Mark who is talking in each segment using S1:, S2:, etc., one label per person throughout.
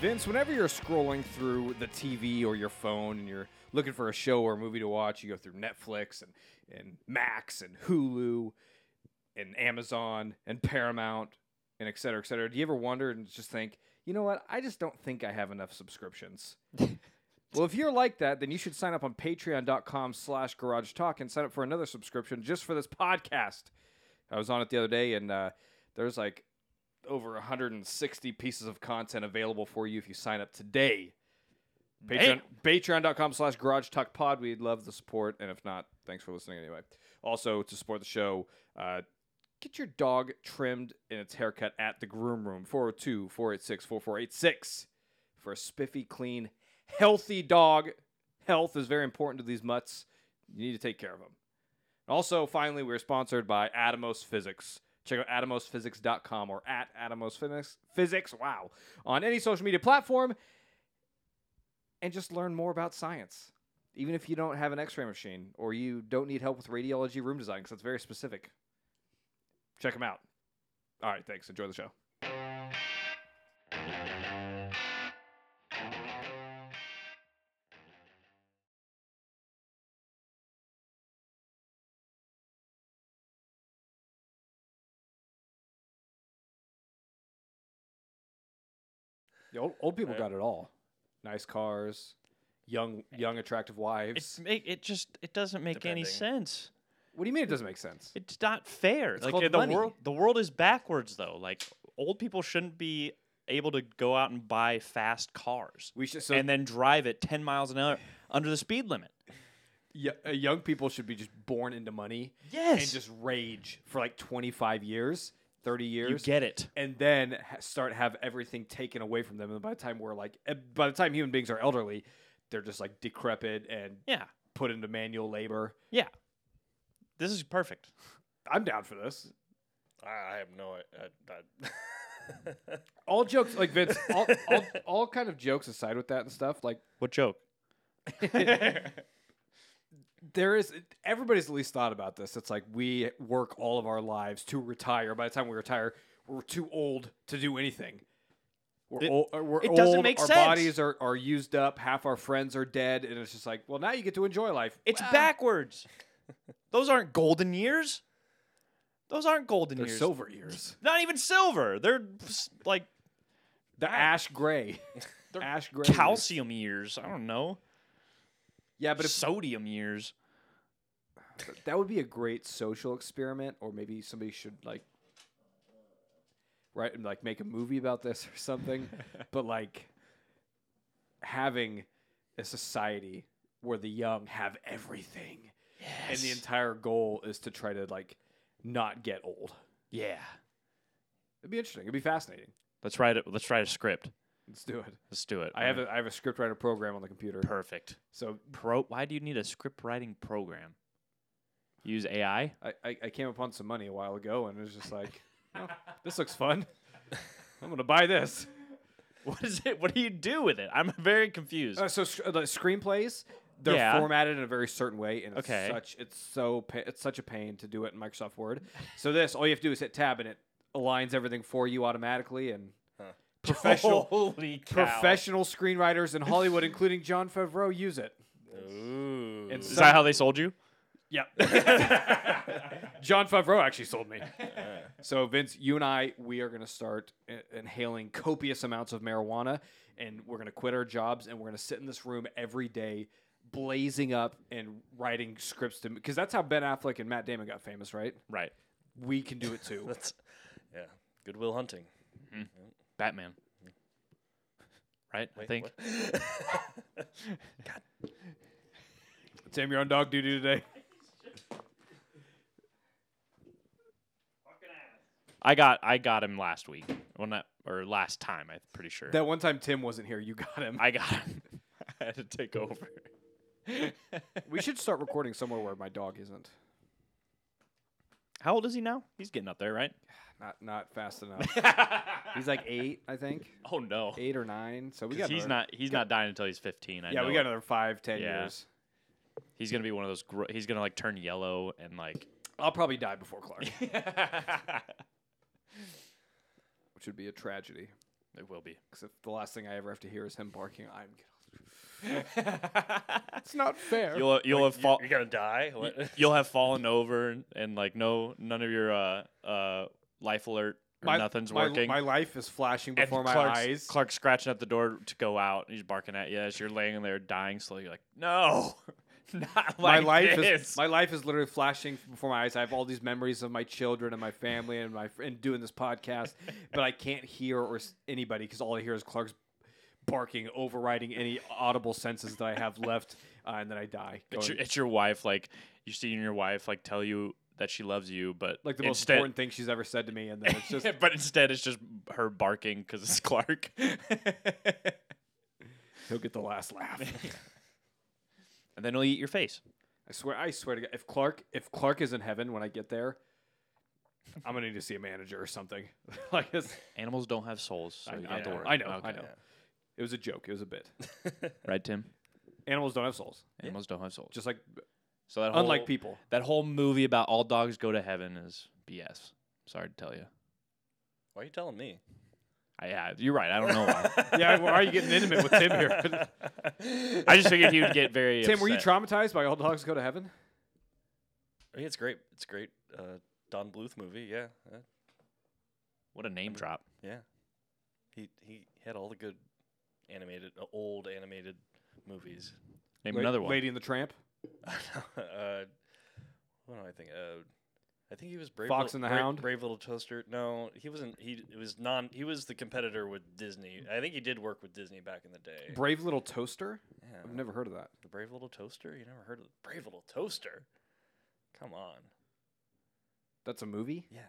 S1: Vince, whenever you're scrolling through the TV or your phone and you're looking for a show or a movie to watch, you go through Netflix and, and Max and Hulu and Amazon and Paramount and et cetera, et cetera. Do you ever wonder and just think, you know what? I just don't think I have enough subscriptions. well, if you're like that, then you should sign up on patreon.com slash garage talk and sign up for another subscription just for this podcast. I was on it the other day and uh, there's like over 160 pieces of content available for you if you sign up today. Patreon,
S2: Damn.
S1: patreon.com slash garage talk pod. We'd love the support. And if not, thanks for listening anyway. Also, to support the show, uh, get your dog trimmed and its haircut at the groom room 402 486 4486 for a spiffy, clean, healthy dog. Health is very important to these mutts. You need to take care of them. Also, finally, we're sponsored by Atomos Physics. Check out atomosphysics.com or at Atomos Physics, Physics, wow, on any social media platform and just learn more about science. Even if you don't have an x ray machine or you don't need help with radiology room design, because that's very specific. Check them out. All right, thanks. Enjoy the show. The old, old people
S2: Yeah.
S1: got it all. Nice cars, young, young, attractive
S2: It's
S1: wives.
S2: make, it just it doesn't make any
S3: Depending.
S2: sense.
S1: what do you mean it doesn't make sense?
S2: It's not fair. like
S1: called
S2: uh, the
S1: money.
S2: world the world is backwards though. Like old people shouldn't be able to go out and buy fast cars
S1: We should so
S2: and then drive at 10 miles an hour under the speed limit.
S1: y- uh, young people should be just born into money
S2: Yes.
S1: and just rage for like 25 years, 30 years.
S2: you get it.
S1: and then ha- start have everything taken away from them. And by the time we're like, eh, by the time human beings are elderly, they're just like decrepit and
S2: Yeah.
S1: put into manual labor.
S2: Yeah. This is perfect.
S1: I'm down for this.
S3: I I have no. I, I, I
S1: All jokes, like Vince, all, all, all kind of jokes aside with that and stuff. Like
S2: What joke?
S1: there is, everybody's at least thought about this. It's like we work all of our lives to retire. By the time we retire, we're too old to do anything. We're
S2: It-
S1: old. uh, We're
S2: it doesn't
S1: old,
S2: make
S1: our
S2: sense.
S1: bodies are, are used up. Half our friends are dead, and it's just like, well, now you get to enjoy life.
S2: It's
S1: Well,
S2: backwards. Those aren't golden years. Those aren't golden
S1: They're
S2: years.
S1: silver years.
S2: Not even silver. They're s- like
S1: The ash gray. ash gray.
S2: calcium years. I don't know.
S1: Yeah, but
S2: But
S1: if,
S2: sodium years.
S1: that would be a great social experiment, or maybe somebody should like write and like make a movie about this or something. but like having a society where the young have everything, and the entire goal is to try to like not get old.
S2: Yeah.
S1: It'd be interesting. It'd be fascinating.
S2: Let's write it. Let's write a script.
S1: Let's do it.
S2: Let's do it.
S1: I have a I have a scriptwriter program on the computer,
S2: perfect
S1: so
S2: pro. Why do you need a script writing program? Use AI.
S1: I, I, I came upon some money a while ago and it was just like, oh, this looks fun. I'm gonna buy this.
S2: What is it? What do you do with it? I'm very confused.
S1: Uh, so sc- uh, the screenplays, they're
S2: Yeah.
S1: formatted in a very certain way, and it's
S2: Okay.
S1: such it's so pa- it's such a pain to do it in Microsoft Word. So this, all you have to do is hit tab, and it aligns everything for you automatically. And professional
S2: Holy cow.
S1: professional screenwriters in Hollywood, including John Favreau, use it.
S3: ooh.
S1: And
S2: Is
S1: some-
S2: that how they sold you?
S1: Yeah. John Favreau actually sold me. So Vince, you and I, we are going to start i- inhaling copious amounts of marijuana, and we're going to quit our jobs, and we're going to sit in this room every day, blazing up and writing scripts to because that's how Ben Affleck and Matt Damon got famous, right?
S2: Right.
S1: We can do it too.
S3: That's yeah. Goodwill Hunting.
S2: Batman. Right. I think.
S3: what?
S1: Tim, you're on dog duty today.
S2: I got I got him last week. Well, not or last time. I'm pretty sure.
S1: That one time Tim wasn't here, you got him.
S2: I got him. I had to take over.
S1: we should start recording somewhere where my dog isn't.
S2: How old is he now? He's getting up there, right?
S1: Not not fast enough. He's like eight, I think,
S2: Oh no.
S1: eight or nine. So we
S2: 'Cause
S1: got
S2: he's
S1: another-
S2: not he's not dying until he's 15. I
S1: Yeah,
S2: know
S1: we got
S2: it.
S1: another five, ten
S2: Yeah.
S1: years.
S2: He's gonna be one of those. Gro- he's gonna like turn yellow and like.
S1: I'll probably die before Clark, which would be a tragedy.
S2: It will be.
S1: Because the last thing I ever have to hear is him barking, I'm.
S2: you'll
S1: It's not fair.
S2: you'll have
S3: You-
S2: fall.
S3: You're gonna die. What?
S2: y- You'll have fallen over and, and like no none of your uh uh life alert or nothing's
S1: my,
S2: working.
S1: My life is flashing
S2: and
S1: before my
S2: Clark's,
S1: eyes.
S2: Clark's scratching at the door to go out and he's barking at you as you're laying there dying slowly. You're like, no, not
S1: my
S2: like
S1: life
S2: this.
S1: is my life is literally flashing before my eyes. I have all these memories of my children and my family and my fr- and doing this podcast, but I can't hear or s- anybody because all I hear is Clark's barking, overriding any audible senses that I have left, uh, and then I die.
S2: it's,
S1: going-
S2: your, it's your wife. Like you see your wife like tell you that she loves you, but
S1: like the most
S2: instead,
S1: important thing she's ever said to me, and then it's just
S2: but instead it's just her barking because it's Clark.
S1: he'll get the last laugh.
S2: and then he'll eat your face.
S1: I swear, I swear to God, if Clark if Clark is in heaven when I get there, I'm gonna need to see a manager or something. like it's,
S2: Animals don't have souls, so
S1: I,
S2: you don't
S1: I
S2: have to
S1: know,
S2: worry.
S1: I know, I
S2: Okay.
S1: know. It was a joke. It was a bit.
S2: Right, Tim?
S1: Animals don't have souls,
S2: Animals don't have souls.
S1: just like
S2: So that whole,
S1: unlike people.
S2: that whole movie about all dogs go to heaven is BS. Sorry to tell you.
S3: Why are you telling me?
S2: I, yeah, you're right. I don't know why.
S1: yeah, why are you getting intimate with Tim here?
S2: I just figured he would get very.
S1: Tim, were you
S2: upset.
S1: traumatized by All Dogs Go to Heaven?
S3: I mean, it's great. It's great. Uh, Don Bluth movie. Yeah, uh,
S2: What a name drop.
S3: yeah. He he had all the good animated, uh, old animated movies.
S2: Name
S1: La-
S2: another one.
S1: Lady and the Tramp,
S3: uh, what do I think? Uh, I think he was Brave
S1: Fox and
S3: Little-
S1: the
S3: Brave,
S1: Hound?
S3: Brave Little Toaster. No, he wasn't. He it was non. He was the competitor with Disney. I think he did work with Disney back in the day.
S1: Brave Little Toaster.
S3: Yeah.
S1: I've never heard of that.
S3: The Brave Little Toaster? You never heard of the Brave Little Toaster? Come on.
S1: That's a movie.
S3: Yeah.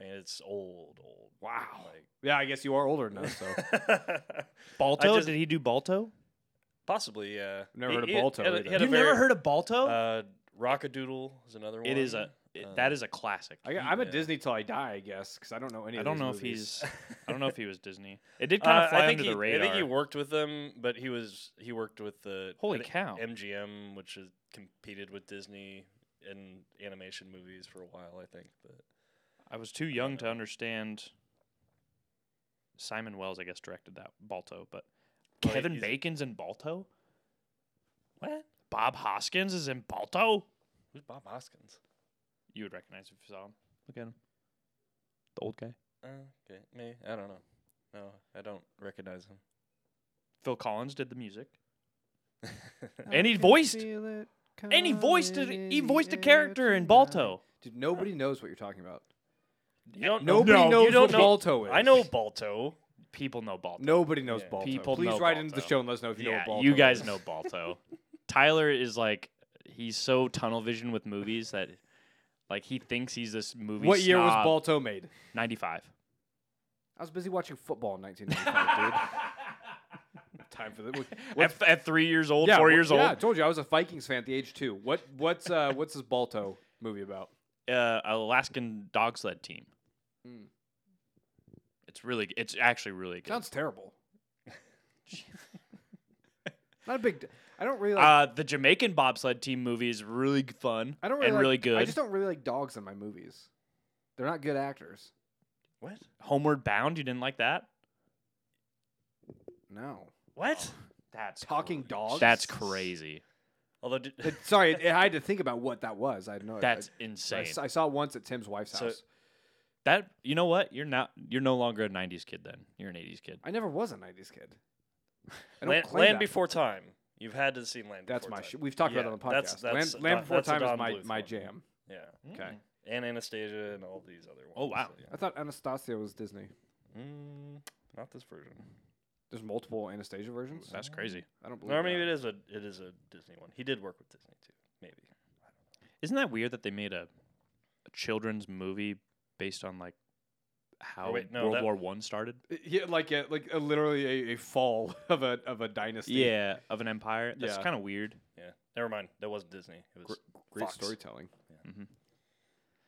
S3: I mean, it's old, old.
S1: Wow.
S3: Like,
S1: Yeah, I guess you are older now, so
S2: Balto?
S3: just-
S2: Did he do Balto?
S3: possibly, yeah.
S1: Never
S3: He-
S1: heard of
S3: he had-
S1: Balto
S3: had a-
S1: either.
S3: he had a
S2: You've never
S3: very-
S2: heard of Balto?
S3: Uh, Rockadoodle is another one.
S2: it is a. it- that is a classic.
S1: I, am at
S3: Yeah.
S1: Disney till I die, I guess, because I don't know any.
S2: I
S1: of
S2: don't
S1: these
S2: know if
S1: movies.
S2: he's. I don't know if he was Disney. It did kind
S3: Uh,
S2: of fly
S3: I think
S2: under
S3: he,
S2: the
S3: I
S2: radar.
S3: think he worked with them, but he was he worked with the
S2: Holy
S3: I thi-
S2: cow!
S3: MGM, which is competed with Disney in animation movies for a while. I think, but
S2: I was too young to understand. Simon Wells, I guess, directed that Balto, but
S3: Well,
S2: Kevin
S3: he's-
S2: Bacon's in Balto.
S3: what?
S2: Bob Hoskins is in Balto.
S3: Who's Bob Hoskins?
S2: You would recognize if you saw him. Look at him. The old guy.
S3: Uh, okay, me? I don't know. No, I don't recognize him.
S2: Phil Collins did the music,
S1: I
S2: and he
S1: can
S2: voiced,
S1: feel it
S2: and he voiced it.
S1: coming
S2: He
S1: in
S2: voiced a
S1: the air
S2: character in
S1: tonight.
S2: Balto.
S1: Dude, nobody knows what you're talking about.
S3: You don't know.
S1: Nobody
S2: No,
S1: knows
S2: you don't
S1: what
S2: know-
S1: Balto is.
S3: I know Balto.
S2: People know Balto.
S1: Nobody knows
S3: Yeah.
S1: Balto.
S2: People
S1: Please
S2: know
S1: write into the
S2: Balto.
S1: show and let us know if you know
S2: yeah,
S1: what Balto.
S2: you guys
S1: is.
S2: know Balto. Tyler is like, he's so tunnel vision with movies that, like, he thinks he's this movie.
S1: What year was
S2: snob.
S1: Balto made?
S2: Ninety-five.
S1: I was busy watching football in 1995, dude. Time for the what-
S2: At, at three years old,
S1: yeah,
S2: four
S1: what-
S2: years
S1: Yeah, I
S2: old,
S1: told you I was a Vikings fan at the age two. What what's uh, what's this Balto movie about?
S2: uh, Alaskan dog sled team.
S1: Mm.
S2: It's really, it's actually really good.
S1: Sounds terrible. Not a big. d- I don't really. Like,
S2: Uh, the Jamaican bobsled team movie is really g- fun.
S1: I don't really
S2: and
S1: like,
S2: really good.
S1: I just don't really like dogs in my movies. They're not good actors.
S3: What?
S2: Homeward Bound, you didn't like that?
S1: No.
S3: What?
S2: That's
S1: Talking dogs.
S2: That's crazy.
S3: Although, did,
S1: It- sorry, it, I had to think about what that was. I had no.
S2: That's
S1: I, I,
S2: insane.
S1: s- I saw it once at Tim's wife's
S3: So-
S1: house.
S2: That you know what? You're not. You're no longer a '90s kid. Then you're an '80s kid.
S1: I never was a '90s kid. I don't
S3: Land,
S1: claim
S3: Land
S1: that.
S3: Before Time. You've had to see Land
S1: That's
S3: Before
S1: my.
S3: Time.
S1: Sh- we've talked
S3: Yeah,
S1: about it on the
S3: that's-
S1: podcast.
S3: that's-
S1: Land, Land
S3: that's
S1: Before
S3: a
S1: Time is
S3: Don
S1: my
S3: Bluth
S1: my
S3: one.
S1: jam.
S3: yeah.
S1: Okay.
S3: And Anastasia and all these other ones.
S2: Oh, wow.
S3: so,
S1: I thought Anastasia was Disney.
S3: yeah. Mm, not this version.
S1: There's multiple Anastasia versions.
S2: That's crazy.
S1: I don't believe.
S3: Or maybe
S1: that.
S3: it is a it is a Disney one. He did work with Disney too. Maybe.
S2: Isn't that weird that they made a, a children's movie based on like how
S3: wait, no,
S2: World
S3: that-
S2: War One started?
S1: Yeah, like a, like a, literally a, a fall of a of a dynasty.
S2: Yeah, of an empire. That's
S1: Yeah.
S2: kind of weird.
S3: Yeah. Never mind. That wasn't Disney. It was
S1: great
S3: Fox.
S1: storytelling.
S2: Mhm.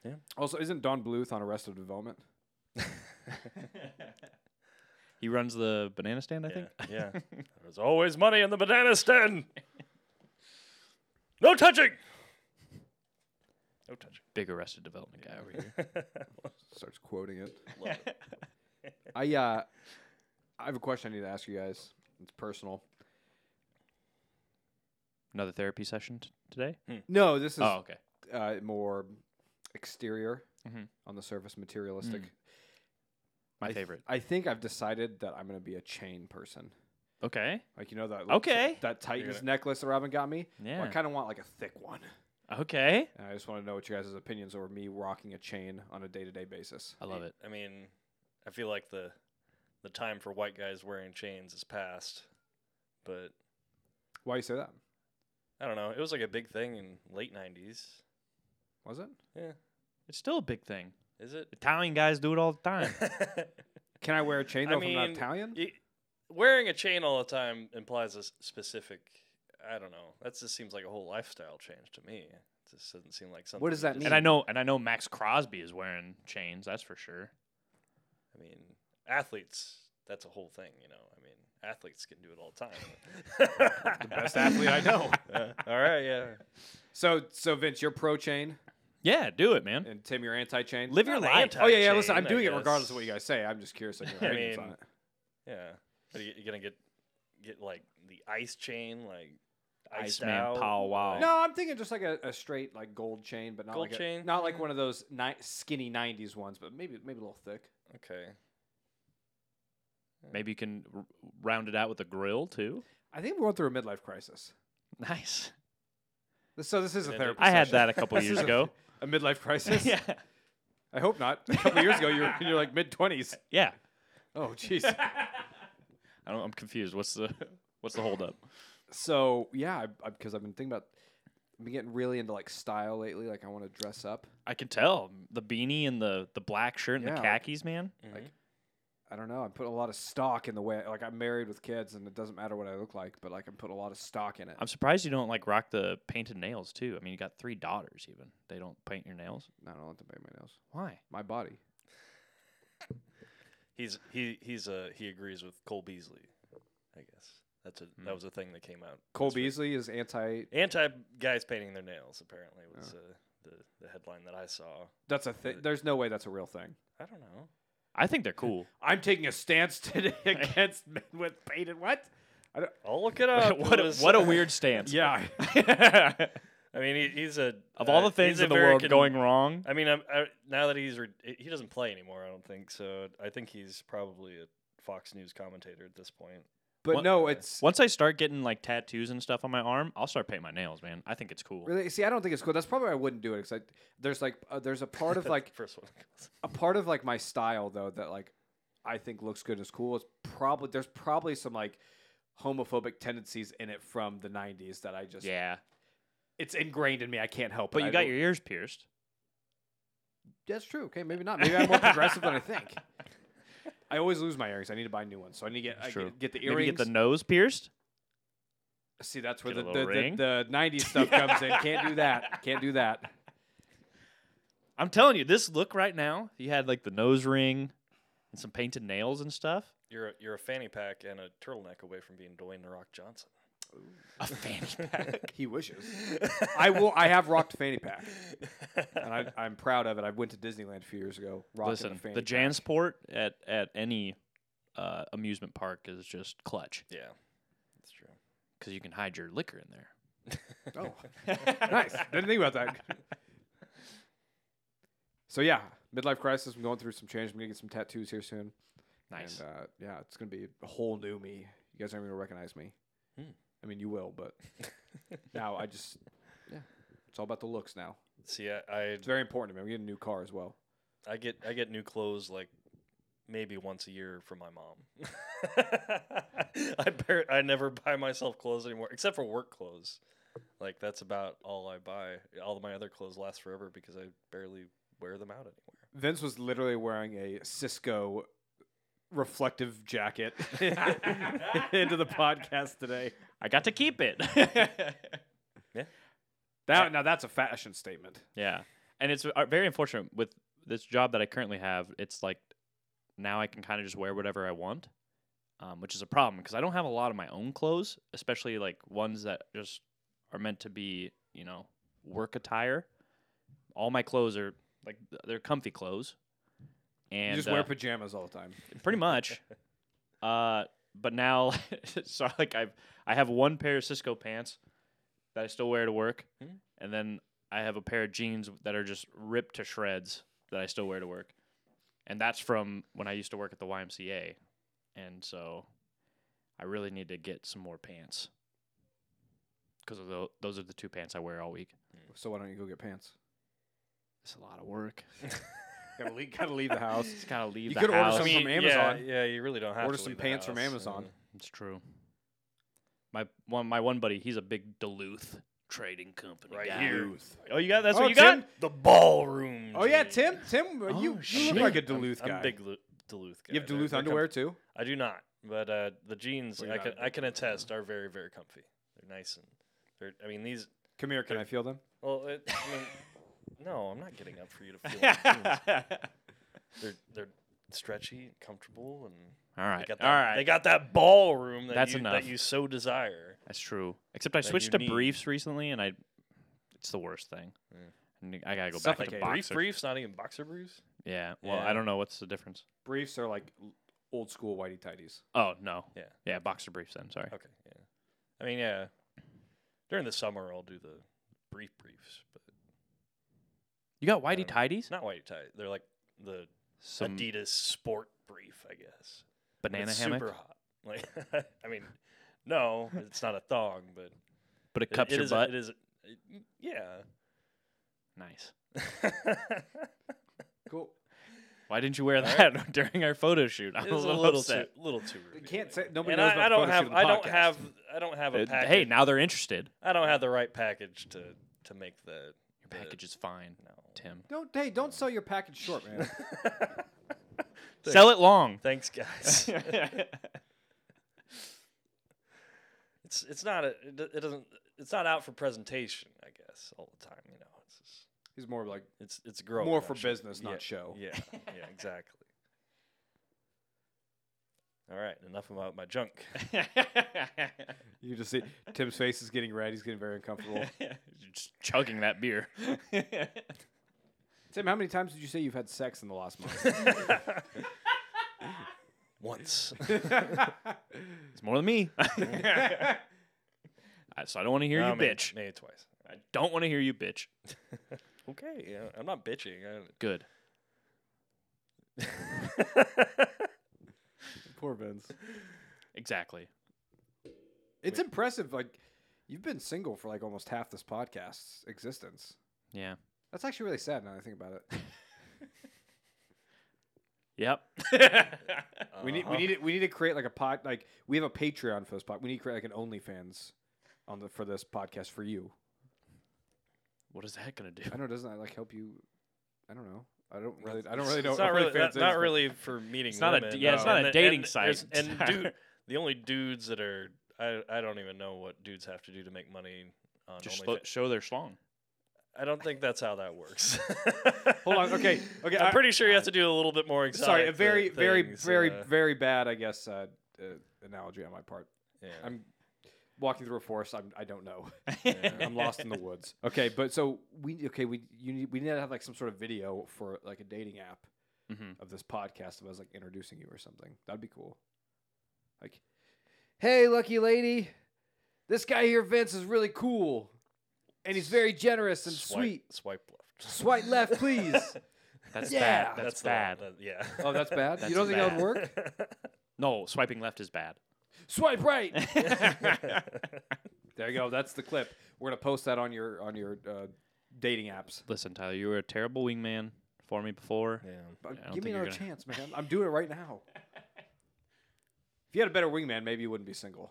S3: Yeah.
S1: Also, isn't Don Bluth on Arrested Development?
S2: He runs the banana stand, I
S3: yeah.
S2: think.
S3: yeah. There's always money in the banana stand. No touching. No touching.
S2: Big Arrested Development guy over here.
S1: Starts quoting it. I uh, I have a question I need to ask you guys. It's personal.
S2: Another therapy session t- today?
S1: No, this is
S2: Oh, okay.
S1: uh, more exterior
S2: Mhm.
S1: on the surface, materialistic.
S2: Mm, My
S1: I th-
S2: favorite.
S1: I think I've decided that I'm going to be a chain person.
S2: Okay.
S1: Like you know that
S2: Okay.
S1: that Titans necklace that Robin got me. Well, I
S2: Yeah.
S1: kind of want like a thick one.
S2: Okay.
S1: And I just want to know what your guys' opinions are of me rocking a chain on a day-to-day basis.
S2: I love it.
S3: I mean, I feel like the the time for white guys wearing chains is past, but
S1: Why you say that?
S3: I don't know. It was like a big thing in late '90s.
S1: Was it?
S3: Yeah,
S2: It's still a big thing.
S3: is it?
S2: Italian guys do it all the time.
S1: Can I wear a chain
S3: I
S1: though if I'm not
S3: mean,
S1: Italian?
S3: Y- Wearing a chain all the time implies a s- specific. I don't know. That just seems like a whole lifestyle change to me. It just doesn't seem like something.
S1: What does
S3: you
S1: that
S3: just-
S1: mean?
S2: and I know and I know Max Crosby is wearing chains, that's for sure.
S3: I mean, athletes. That's a whole thing, you know. I mean, athletes can do it all the time. the
S1: best athlete I know.
S3: all right, yeah.
S1: So so Vince, you're pro chain,
S2: Yeah, do it, man.
S1: and Tim, you're anti-chain.
S2: Live your
S3: Not
S2: life.
S3: anti-
S1: Oh yeah, yeah. Listen,
S3: chain,
S1: I'm
S3: I
S1: doing it regardless
S3: guess.
S1: of what you guys say. I'm just curious on your
S3: I
S1: opinions
S3: mean-
S1: on it.
S3: Yeah. Are you, you gonna get get like the ice chain, like iced
S2: Iceman
S3: out?
S2: Pow Wow.
S1: No, I'm thinking just like a, a straight like gold chain, but not
S3: Gold
S1: like a-
S3: chain?
S1: not
S2: Mm-hmm.
S1: like one of those ni- skinny '90s ones, but maybe maybe a little thick.
S3: Okay.
S2: Maybe you can r- round it out with a grill too.
S1: I think we're going through a midlife crisis.
S2: Nice.
S1: This- So this is a
S3: An
S1: therapy.
S2: I had
S1: session.
S2: that a couple
S1: This
S2: years
S1: is a-
S2: ago.
S1: A midlife crisis.
S2: yeah.
S1: I hope not. A couple years ago, you're you're like mid 20s.
S2: Yeah.
S1: Oh, jeez.
S2: I don't, I'm confused. What's the what's the holdup?
S1: So yeah, because I've been thinking about, I've been getting really into like style lately. Like I want to dress up.
S2: I can tell the beanie and the the black shirt and
S1: Yeah,
S2: the
S1: like-
S2: khakis, man.
S1: Like, I don't know. I put a lot of stock in the way. Like I'm married with kids, and it doesn't matter what I look like, but like I'm putting a lot of stock in it.
S2: I'm surprised you don't like rock the painted nails too. I mean, you got three daughters. Even they don't paint your nails.
S1: No, I don't let them paint my nails.
S2: Why?
S1: My body.
S3: He's he he's uh he agrees with Cole Beasley, I guess. That's a
S2: Hmm.
S3: that was a thing that came out.
S1: Cole
S3: this week.
S1: Beasley is anti.
S3: Anti guys painting their nails apparently was
S2: Oh.
S3: uh, the the headline that I saw.
S1: That's a
S2: Uh,
S1: thing. There's no way that's a real thing.
S3: I don't know.
S2: I think they're cool.
S1: I'm taking a stance today against men with painted what?
S3: I'll look it up. It
S2: what a,
S3: was-
S2: what a weird stance.
S1: Yeah.
S3: I mean, he, he's a
S2: of all
S3: uh,
S2: the things
S3: he's a
S2: in the
S3: very
S2: world
S3: con-
S2: going wrong,
S3: I mean, I'm, I, now that he's re- he doesn't play anymore, I don't think so. I think he's probably a Fox News commentator at this point.
S1: But
S2: What-
S1: no, it's
S2: once I start getting like tattoos and stuff on my arm, I'll start painting my nails, man. I think it's cool.
S1: really. See, I don't think it's cool. That's probably why I wouldn't do it. Cause I, there's like uh, there's a part of
S3: That's
S1: like
S3: the first one. that comes.
S1: a part of like my style though that like I think looks good is cool. It's probably there's probably some like homophobic tendencies in it from the 90s that I just
S2: Yeah,
S1: it's ingrained in me. I can't help
S2: but
S1: it.
S2: you
S1: I
S2: got
S1: don't-
S2: your ears pierced.
S1: That's true. Okay, maybe not. Maybe I'm more progressive than I think. I always lose my earrings. I need to buy new ones. So I need to get,
S2: That's
S1: I
S2: true.
S1: get, get the
S2: Maybe
S1: earrings.
S2: get the nose pierced.
S1: See, that's where the,
S2: Get a
S1: the,
S2: little
S1: the,
S2: ring.
S1: the 90s stuff comes in. Can't do that. Can't do that.
S2: I'm telling you, this look right now, you had like the nose ring and some painted nails and stuff.
S3: You're a, you're a fanny pack and a turtleneck away from being Dwayne the Rock Johnson.
S2: A fanny pack.
S1: He wishes. I will. I have rocked a fanny pack, and I, I'm proud of it. I went to Disneyland a few years ago. Rocking a
S2: Listen,
S1: fanny
S2: the
S1: pack.
S2: Jansport at at any uh, amusement park is just clutch
S3: yeah, that's true.
S2: because you can hide your liquor in there.
S1: Oh, nice. Didn't think about that. So yeah, midlife crisis. I'm going through some change. I'm gonna get some tattoos here soon.
S2: Nice.
S1: And, uh, yeah, it's gonna be a whole new me. You guys aren't even gonna recognize me.
S3: Hmm.
S1: I mean, you will, but now I just yeah, it's all about the looks now.
S3: See, I, I
S1: It's very important to me. I'm getting a new car as well.
S3: I get I get new clothes like maybe once a year from my mom. I bar- I never buy myself clothes anymore except for work clothes. Like that's about all I buy. All of my other clothes last forever because I barely wear them out anywhere.
S1: Vince was literally wearing a Cisco reflective jacket into the podcast today.
S2: I got to keep it.
S1: That now that's a fashion statement.
S2: yeah, and it's uh, very unfortunate with this job that I currently have. It's like now I can kind of just wear whatever I want, um, which is a problem because I don't have a lot of my own clothes, especially like ones that just are meant to be, you know, work attire. All my clothes are like th- they're comfy clothes, and
S1: you just
S2: uh,
S1: wear pajamas all the time.
S2: pretty much. Uh, but now, so like I've I have one pair of Cisco pants that I still wear to work,
S1: Hmm?
S3: Mhm.
S2: and then I have a pair of jeans that are just ripped to shreds that I still wear to work, and that's from when I used to work at the YMCA, and so I really need to get some more pants because those are the two pants I wear all week.
S1: So why don't you go get pants?
S2: It's a lot of work.
S1: Gotta leave, gotta leave the house.
S2: Just gotta leave
S1: You
S2: the
S1: could order
S2: house.
S1: some from
S3: yeah,
S1: Amazon.
S3: Yeah, you really don't have
S1: Order
S3: to
S1: some
S3: leave the
S1: pants from
S3: house,
S1: Amazon.
S3: yeah.
S2: It's true. My one, my one buddy, he's a big Duluth trading company
S3: Right
S2: guy.
S3: here.
S2: Oh, you got that's
S1: Oh,
S2: what you
S1: Tim?
S2: got.
S3: The ballroom.
S1: Oh yeah,
S3: jeans.
S1: Tim. Tim,
S2: Oh,
S1: you, you
S2: shit.
S1: look like a
S2: I'm-
S1: Duluth
S3: I'm,
S1: guy.
S3: I'm big Lu- Duluth guy.
S1: you have
S3: They're-
S1: Duluth
S3: they're
S1: underwear
S3: comf-
S1: too.
S3: I do not, but uh, the jeans
S1: Well, you're
S3: I
S1: not
S3: can
S1: a big
S3: I can
S1: Duluth guy.
S3: attest are very very comfy. They're nice and they're. I mean these.
S1: Come here, can I feel them?
S3: Well, it, I mean, no, I'm not getting up for you to feel. my jeans. They're they're stretchy, and comfortable, and
S2: All
S3: they
S2: right,
S3: got that,
S2: all right.
S3: They got that ballroom that
S2: That's
S3: you,
S2: enough.
S3: that you so desire.
S2: that's true. Except I
S3: that you
S2: switched to
S3: need.
S2: briefs recently, and I, it's the worst thing.
S3: Mm.
S2: I need- I gotta go back to
S3: Like
S1: Suffocating.
S2: boxer.
S3: brief briefs, not even boxer briefs.
S2: Yeah. Well,
S3: Yeah.
S2: I don't know what's the difference.
S1: Briefs are like l- old school whitey tidies.
S2: Oh no.
S3: Yeah.
S2: Yeah, boxer briefs. Then sorry.
S3: Okay, yeah. I mean, yeah. During the summer, I'll do the brief briefs, but
S2: You got
S3: don't
S2: whitey
S3: know.
S2: tidies.
S3: it's not white tie. They're like the
S2: Some
S3: Adidas sport brief, I guess.
S2: banana
S3: it's
S2: hammock,
S3: super hot. Like, I mean, no, it's not a thong, but it-
S2: but it
S3: it,
S2: cups your
S3: is a-
S2: butt.
S3: it is, a- it- yeah.
S2: nice.
S1: Cool.
S2: Why didn't you wear
S3: Alright.
S2: that during our photo shoot? I
S3: It's
S2: was
S3: a little
S2: upset.
S3: too, little too.
S1: You
S3: revealing.
S1: can't say nobody
S3: And
S1: knows
S3: I, I
S1: about
S3: don't
S1: the
S3: have,
S1: photo shoot
S3: I
S1: on the
S3: don't
S1: podcast.
S3: have, I don't have a
S2: Uh,
S3: package.
S2: hey, now they're interested.
S3: I don't have the right package to to make the
S2: Your package is fine,
S3: No.
S2: Tim.
S1: Don't hey, don't sell your package short, man.
S2: Sell it long.
S3: Thanks, guys. it's it's not a, it, do- it doesn't it's not out for presentation, I guess, all the time. You know, it's just,
S1: He's more like
S3: it's it's growing.
S1: more for
S3: not shrinking.
S1: business, not
S3: Yeah.
S1: show.
S3: Yeah, yeah, exactly. All right, enough about my junk.
S1: You just see Tim's face is getting red. He's getting very uncomfortable.
S2: Just chugging that beer.
S1: Tim, how many times did you say you've had sex in the last month?
S3: Once,
S2: It's more than me. I- so I don't want to hear
S3: No,
S2: you,
S3: maybe-
S2: bitch.
S3: Maybe twice.
S2: I don't want to hear you, bitch.
S3: Okay, yeah, I'm not bitching. I,
S2: Good.
S1: Poor Vince.
S2: Exactly.
S1: It's impressive. Like you've been single for like almost half this podcast's existence.
S2: Yeah.
S1: That's actually really sad now that I think about it.
S2: Yep.
S1: We need we
S3: Uh-huh.
S1: need to- we need to create like a pod like we have a Patreon for this pod. We need to create like an OnlyFans on the for this podcast for you.
S2: what is that gonna do?
S1: I don't know, doesn't that like help you I don't know. I don't really I
S3: It's-
S1: don't really know
S3: It's not
S1: what
S3: really,
S1: OnlyFans
S3: not, not
S1: is, but-
S3: really for meeting.
S2: It's not a-
S3: women,
S2: yeah, it's not a
S3: the-
S2: dating
S3: and
S2: site.
S3: there's- And dude, the only dudes that are I, I don't even know what dudes have to do to make money on
S2: Just
S3: OnlyFans.
S2: lo- show their schlong.
S3: I don't think that's how that works.
S1: Hold on, okay. Okay,
S3: I'm
S1: I-
S3: pretty sure you have to do a little bit more exotic.
S1: Sorry, a very
S3: thi-
S1: very
S3: things,
S1: very
S3: uh,
S1: very bad I guess uh, uh, analogy on my part.
S3: yeah.
S1: I'm walking through a forest. I'm I don't know.
S3: Yeah.
S1: I'm lost in the woods. Okay, but so we okay we you need we need to have like some sort of video for like a dating app
S2: Mhm.
S1: of this podcast of us like introducing you or something. That'd be cool. Like, hey, lucky lady, this guy here, Vince, is really cool, and he's very generous and
S3: swipe,
S1: sweet.
S3: Swipe left.
S1: Swipe left, please.
S2: That's
S1: Yeah.
S2: bad. That's,
S3: the one,
S2: bad.
S3: that- yeah.
S1: Oh, that's bad.
S2: That's
S1: you don't think that would
S2: bad.
S1: work?
S2: No, swiping left is bad.
S1: Swipe right. There you go. That's the clip. We're gonna post that on your on your uh, dating apps.
S2: Listen, Tyler, you were a terrible wingman for me before.
S3: yeah.
S1: But
S2: I don't
S1: give me
S2: think you're
S1: another
S2: gonna-
S1: chance, man. I'm doing it right now. If you had a better wingman, maybe you wouldn't be single.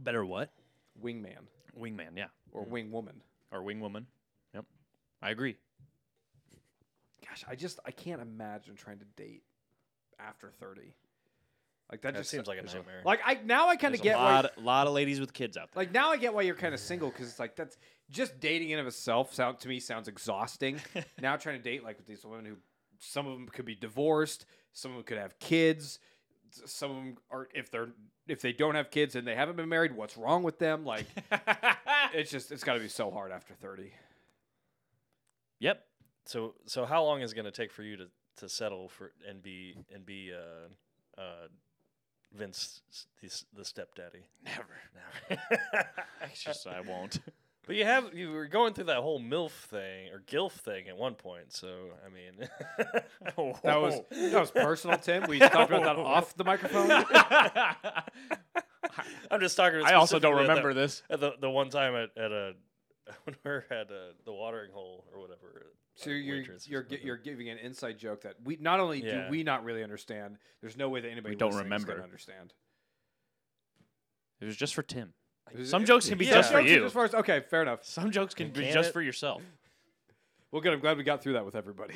S2: Better what?
S1: Wingman
S2: Wingman, yeah.
S1: or wingwoman.
S2: Or wingwoman. Yep. I agree.
S1: Gosh, I just I can't imagine trying to date after 30. Like that
S3: That
S1: just
S3: seems like a
S1: there's
S3: nightmare.
S1: Like I now I kind
S2: There's
S1: of get
S2: a
S1: why,
S2: lot, lot of ladies with kids out there.
S1: like now I get why you're kind of single because it's like that's just dating in of itself sound to me sounds exhausting. now trying to date like with these women who some of them could be divorced, some of them could have kids, s- some of them are if they're if they don't have kids and they haven't been married, what's wrong with them? Like it's just it's got to be so hard after 30.
S2: yep.
S3: So so how long is it going to take for you to to settle for and be and be uh uh Vince, s- the, s- the stepdaddy.
S2: Never.
S3: Never.
S2: It's just I won't.
S3: but you have you were going through that whole MILF thing or GILF thing at one point. So I mean,
S1: That was that was personal, Tim. We talked about that off the microphone.
S3: I'm just talking.
S2: I also don't
S3: specifically about
S2: remember this.
S3: At the the one time at, at a when we were at a, the watering hole or whatever.
S1: So
S3: uh,
S1: you're
S3: waitress or
S1: you're gi-
S3: something.
S1: you're giving an inside joke that we not only
S3: Yeah.
S1: do we not really understand. There's no way that anybody
S2: don't
S1: listening is gonna
S2: remember.
S1: understand.
S2: It was just for Tim.
S1: Is
S2: Some
S1: it-
S2: jokes can be just
S1: some
S2: for
S1: jokes are
S2: you.
S1: just for us- okay, fair enough.
S2: Some jokes can
S3: You
S2: be
S3: can
S2: just
S3: it.
S2: for yourself.
S1: Well, good. I'm glad we got through that with everybody.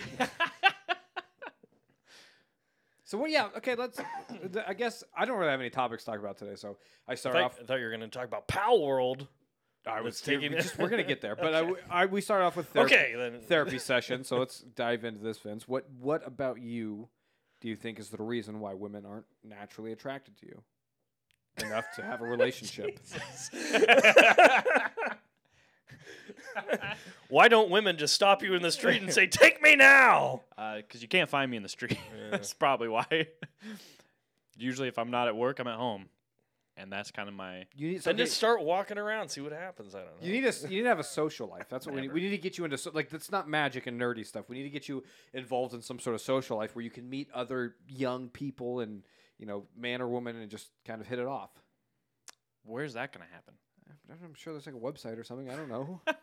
S1: so what? Yeah. Okay. Let's. th- I guess I don't really have any topics to talk about today, so I
S3: I
S1: start
S3: thought,
S1: off.
S3: I thought you were going to talk about Pal World.
S1: I
S3: was
S1: dude, we
S3: taking-
S1: just, we're gonna get there, but I w I we start off with therapy,
S3: Okay, then
S1: therapy session. So let's dive into this, Vince. What What about you? Do you think is the reason why women aren't naturally attracted to you enough to have a relationship?
S3: Why don't women just stop you in the street and say, "Take me now"?
S2: Because Uh, you can't find me in the street.
S3: Yeah.
S2: that's probably why. Usually, if I'm not at work, I'm at home, and that's kind of my.
S1: You need
S3: Then
S1: okay,
S3: just start walking around, see what happens. I don't know.
S1: You need to you need to have a social life. That's what we need.
S2: Never.
S1: We need to get you into so, like that's not magic and nerdy stuff. We need to get you involved in some sort of social life where you can meet other young people and you know man or woman and just kind of hit it off.
S2: Where's that gonna happen?
S1: I'm- I'm sure there's like a website or something. I don't know. like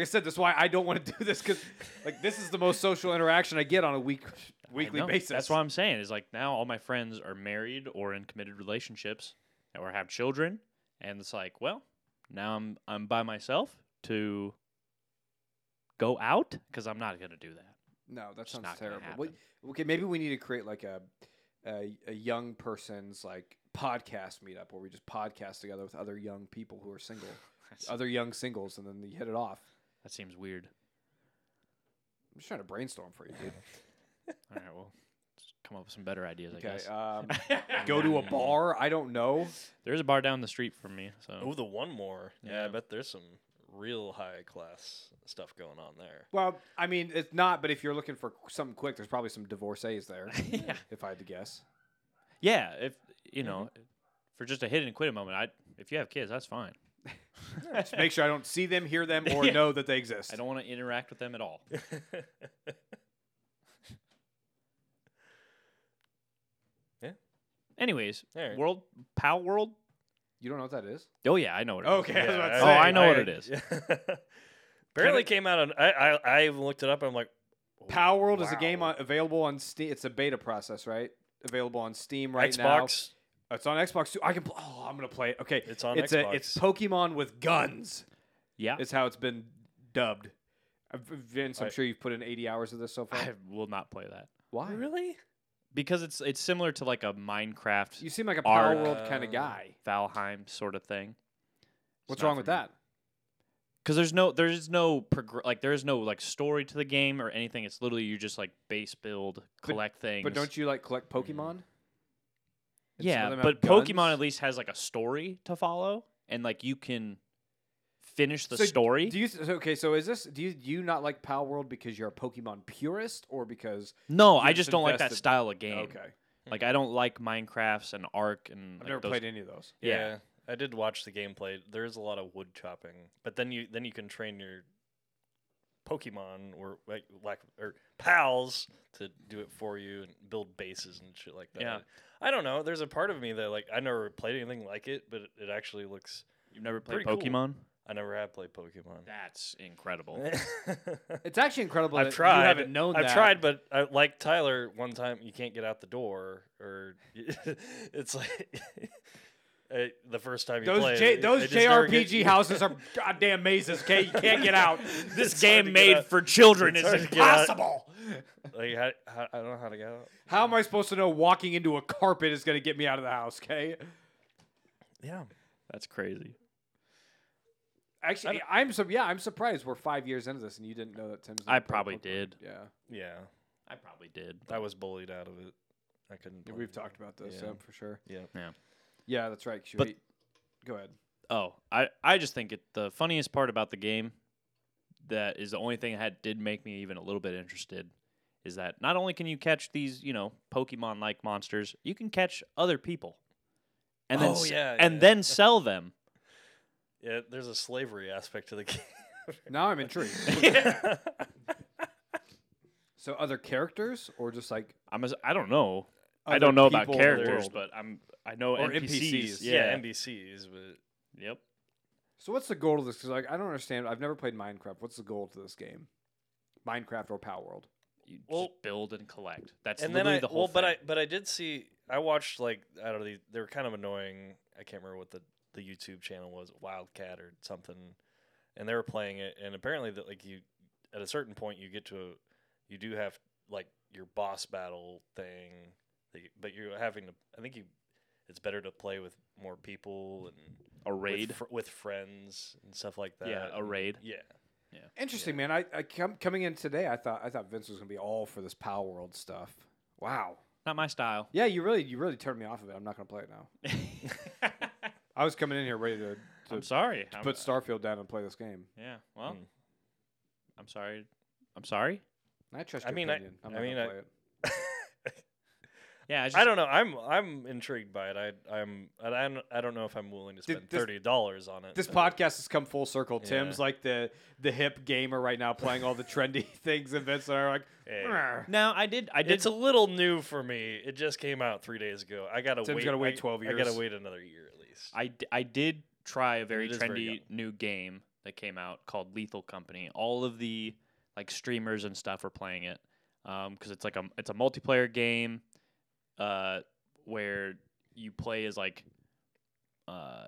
S1: I said, that's why I don't want to do this because like this is the most social interaction I get on a week weekly
S2: I know.
S1: basis.
S2: That's what I'm saying. Is like now all my friends are married or in committed relationships or have children, and it's like, well, now I'm I'm by myself to go out because I'm not gonna do that.
S1: No, that
S2: Just
S1: sounds
S2: not gonna
S1: terrible. What- okay, maybe we need to create like a, a a young person's like podcast meetup where we just podcast together with other young people who are single,
S2: That's-
S1: other young singles, and then you hit it off.
S2: That seems weird.
S1: I'm just trying to brainstorm for you, dude.
S2: All right, well, just come up with some better ideas, I
S1: Okay,
S2: guess.
S1: um, go to a bar. I don't know.
S2: There's a bar down the street from me,
S3: Oh,
S2: so
S3: the one more. Yeah, I
S2: Yeah.
S3: bet there's some real high class stuff going on there.
S1: Well, I mean, it's not. But if you're looking for something quick, there's probably some divorcees there.
S2: Yeah.
S1: If I had to guess.
S2: yeah. If you know,
S1: Mm-hmm.
S2: for just a hit and quit moment, I if you have kids, that's fine.
S1: Just make sure I don't see them, hear them, or
S2: Yeah.
S1: know that they exist.
S2: I don't want to interact with them at all. Anyways,
S3: All right.
S2: World Pal World.
S1: You don't know what that is?
S2: Oh yeah, I know what. It is.
S1: Okay, I was about to
S2: Oh,
S1: say.
S2: I know what it is.
S3: Apparently came out on. I I, I even looked it up. I'm like, oh,
S1: Power World is a game
S3: wow.
S1: on, available on Steam. It's a beta process, right? Available on Steam right now.
S3: Xbox.
S1: It's on Xbox too. I can. Pl- oh, I'm gonna play it. Okay,
S3: It's on
S1: it's
S3: Xbox.
S1: A, it's Pokemon with guns.
S2: Yeah,
S1: Is how it's been dubbed. Uh, V- Vince, I'm
S3: I-
S1: sure you've put in 80 hours of this so far.
S2: I will not play that
S1: Why?
S3: really?
S2: because it's it's similar to like a Minecraft
S1: You seem like a
S2: Are-
S1: Power World kind
S3: uh,
S1: of guy.
S2: Valheim sort of thing.
S1: What's wrong with that?
S2: Because there's no there's no progr- like there's no like story to the game or anything. It's literally you just like base build, collect things.
S1: But don't you like collect
S3: Mm-hmm.
S1: Pokemon? And some of
S2: Yeah,
S1: them
S2: but
S1: have
S2: Pokemon
S1: guns?
S2: at least has like a story to follow, and like you can finish the
S1: So d-
S2: story.
S1: Do you so- okay? So is this? Do you do you not like Power World because you're a Pokemon purist, or because
S2: no,
S1: you're
S2: I
S1: just
S2: just don't like that
S1: invested-
S2: style of game.
S1: okay?
S2: Like I don't like Minecrafts and Ark and
S1: I've
S2: like,
S1: never
S2: those-
S1: played any of those.
S2: Yeah.
S3: I did watch the gameplay. There is a lot of wood chopping, but then you then you can train your Pokemon or like lack or pals to do it for you and build bases and shit like that.
S2: Yeah.
S3: I don't know. There's a part of me that like I never played anything like it, but it, it actually looks.
S2: You've never played
S3: Pretty cool.
S2: Pokemon?
S3: I never have played Pokemon.
S2: That's incredible.
S1: It's actually incredible.
S3: I've
S1: that
S3: tried.
S1: You haven't known
S3: I've
S1: that.
S3: tried, but I, like Tyler, one time you can't get out the door, or it's like uh, the first time you play.
S1: Those
S3: it,
S1: J-
S3: it-
S1: those
S3: it just never gets-
S1: JRPG houses are goddamn mazes. Okay, you can't get out.
S2: this
S3: hard to
S2: game
S3: get
S2: made
S3: out-
S2: for children
S3: it's
S2: is
S3: hard to get out.
S2: impossible.
S3: Like how, how, I don't know how to get out.
S1: How am I supposed to know walking into a carpet is going to get me out of the house? Okay.
S3: Yeah,
S2: That's crazy.
S1: Actually, I'm so yeah, I'm surprised we're five years into this and you didn't know that Tim's.
S2: I
S1: never played
S2: probably
S1: Pokemon.
S2: did.
S1: Yeah,
S3: yeah.
S2: I probably did.
S3: I was bullied out of it. I couldn't.
S1: Yeah,
S3: play
S1: we've
S3: it.
S1: talked about this
S3: Yeah.
S1: yeah, for sure.
S3: Yeah.
S2: Yeah.
S1: Yeah, that's right. 'cause you
S2: But-
S1: ate- go ahead.
S2: Oh, I, I just think it the funniest part about the game that is the only thing that did make me even a little bit interested is that not only can you catch these, you know, Pokemon like monsters, you can catch other people. And then
S3: Oh,
S2: s-
S3: yeah,
S2: and
S3: yeah.
S2: then sell them.
S3: Yeah, there's a slavery aspect to the game.
S1: Now I'm intrigued.
S3: yeah.
S1: So other characters or just like
S2: I'm as, I don't know. I
S1: other
S2: don't know about
S1: people in the
S2: characters,
S1: world?
S2: but I'm I know
S1: Or
S2: NPCs.
S1: NPCs,
S2: Yeah.
S3: NBCs, but
S2: Yep.
S1: So what's the goal of this? Because like I don't understand. I've never played Minecraft. What's the goal to this game? Minecraft or Power World?
S2: You just
S3: Well-
S2: build and collect. That's
S3: and then
S2: literally
S3: I
S2: the whole
S3: well, but I
S2: thing.
S3: but I did see I watched like I don't know they, they were kind of annoying. I can't remember what the the YouTube channel was, Wildcat or something, and they were playing it. And apparently that like you at a certain point you get to a, you do have like your boss battle thing, that you, but you're having to. I think you it's better to play with more people and
S2: a raid.
S3: with, fr- with friends and stuff like that.
S2: yeah, a raid.
S3: Yeah.
S1: Interesting, man. I, I com- coming in today, I thought I thought Vince was gonna be all for this Power World stuff. Wow.
S2: Not my style.
S1: Yeah, you really you really turned me off of it. I'm not gonna play it now. I was coming in here ready to,
S2: I'm
S1: to
S2: sorry. I'm-
S1: put Starfield down and play this game.
S2: Yeah. Well,
S3: Mm.
S2: I'm sorry. I'm sorry.
S1: I trust
S3: I
S1: your
S3: mean, I-
S1: opinion. I, am
S3: I
S1: not
S3: mean,
S1: gonna
S3: I-
S1: play it.
S2: Yeah. I, just,
S3: I don't know. I'm I'm intrigued by it. I I'm and I don't- I don't know if I'm willing to
S1: Did
S3: spend
S1: this-
S3: thirty dollars on it.
S1: This
S3: but-
S1: podcast has come full circle. Tim's
S3: Yeah.
S1: like the the hip gamer right now, playing all the trendy things, and Vince and I are like,
S3: Hey.
S1: "Rrr."
S2: No, I did. I did.
S3: It's a little new for me. It just came out three days ago. I gotta
S1: Tim's
S3: wait.
S1: gotta wait
S3: I-
S1: 12
S3: I
S1: years.
S3: gotta wait another year at least.
S2: I, d- I did try a very
S3: It is very
S2: trendy
S3: young.
S2: new game that came out called Lethal Company. All of the like streamers and stuff were playing it because it's like a it's a multiplayer game uh, where you play as like uh,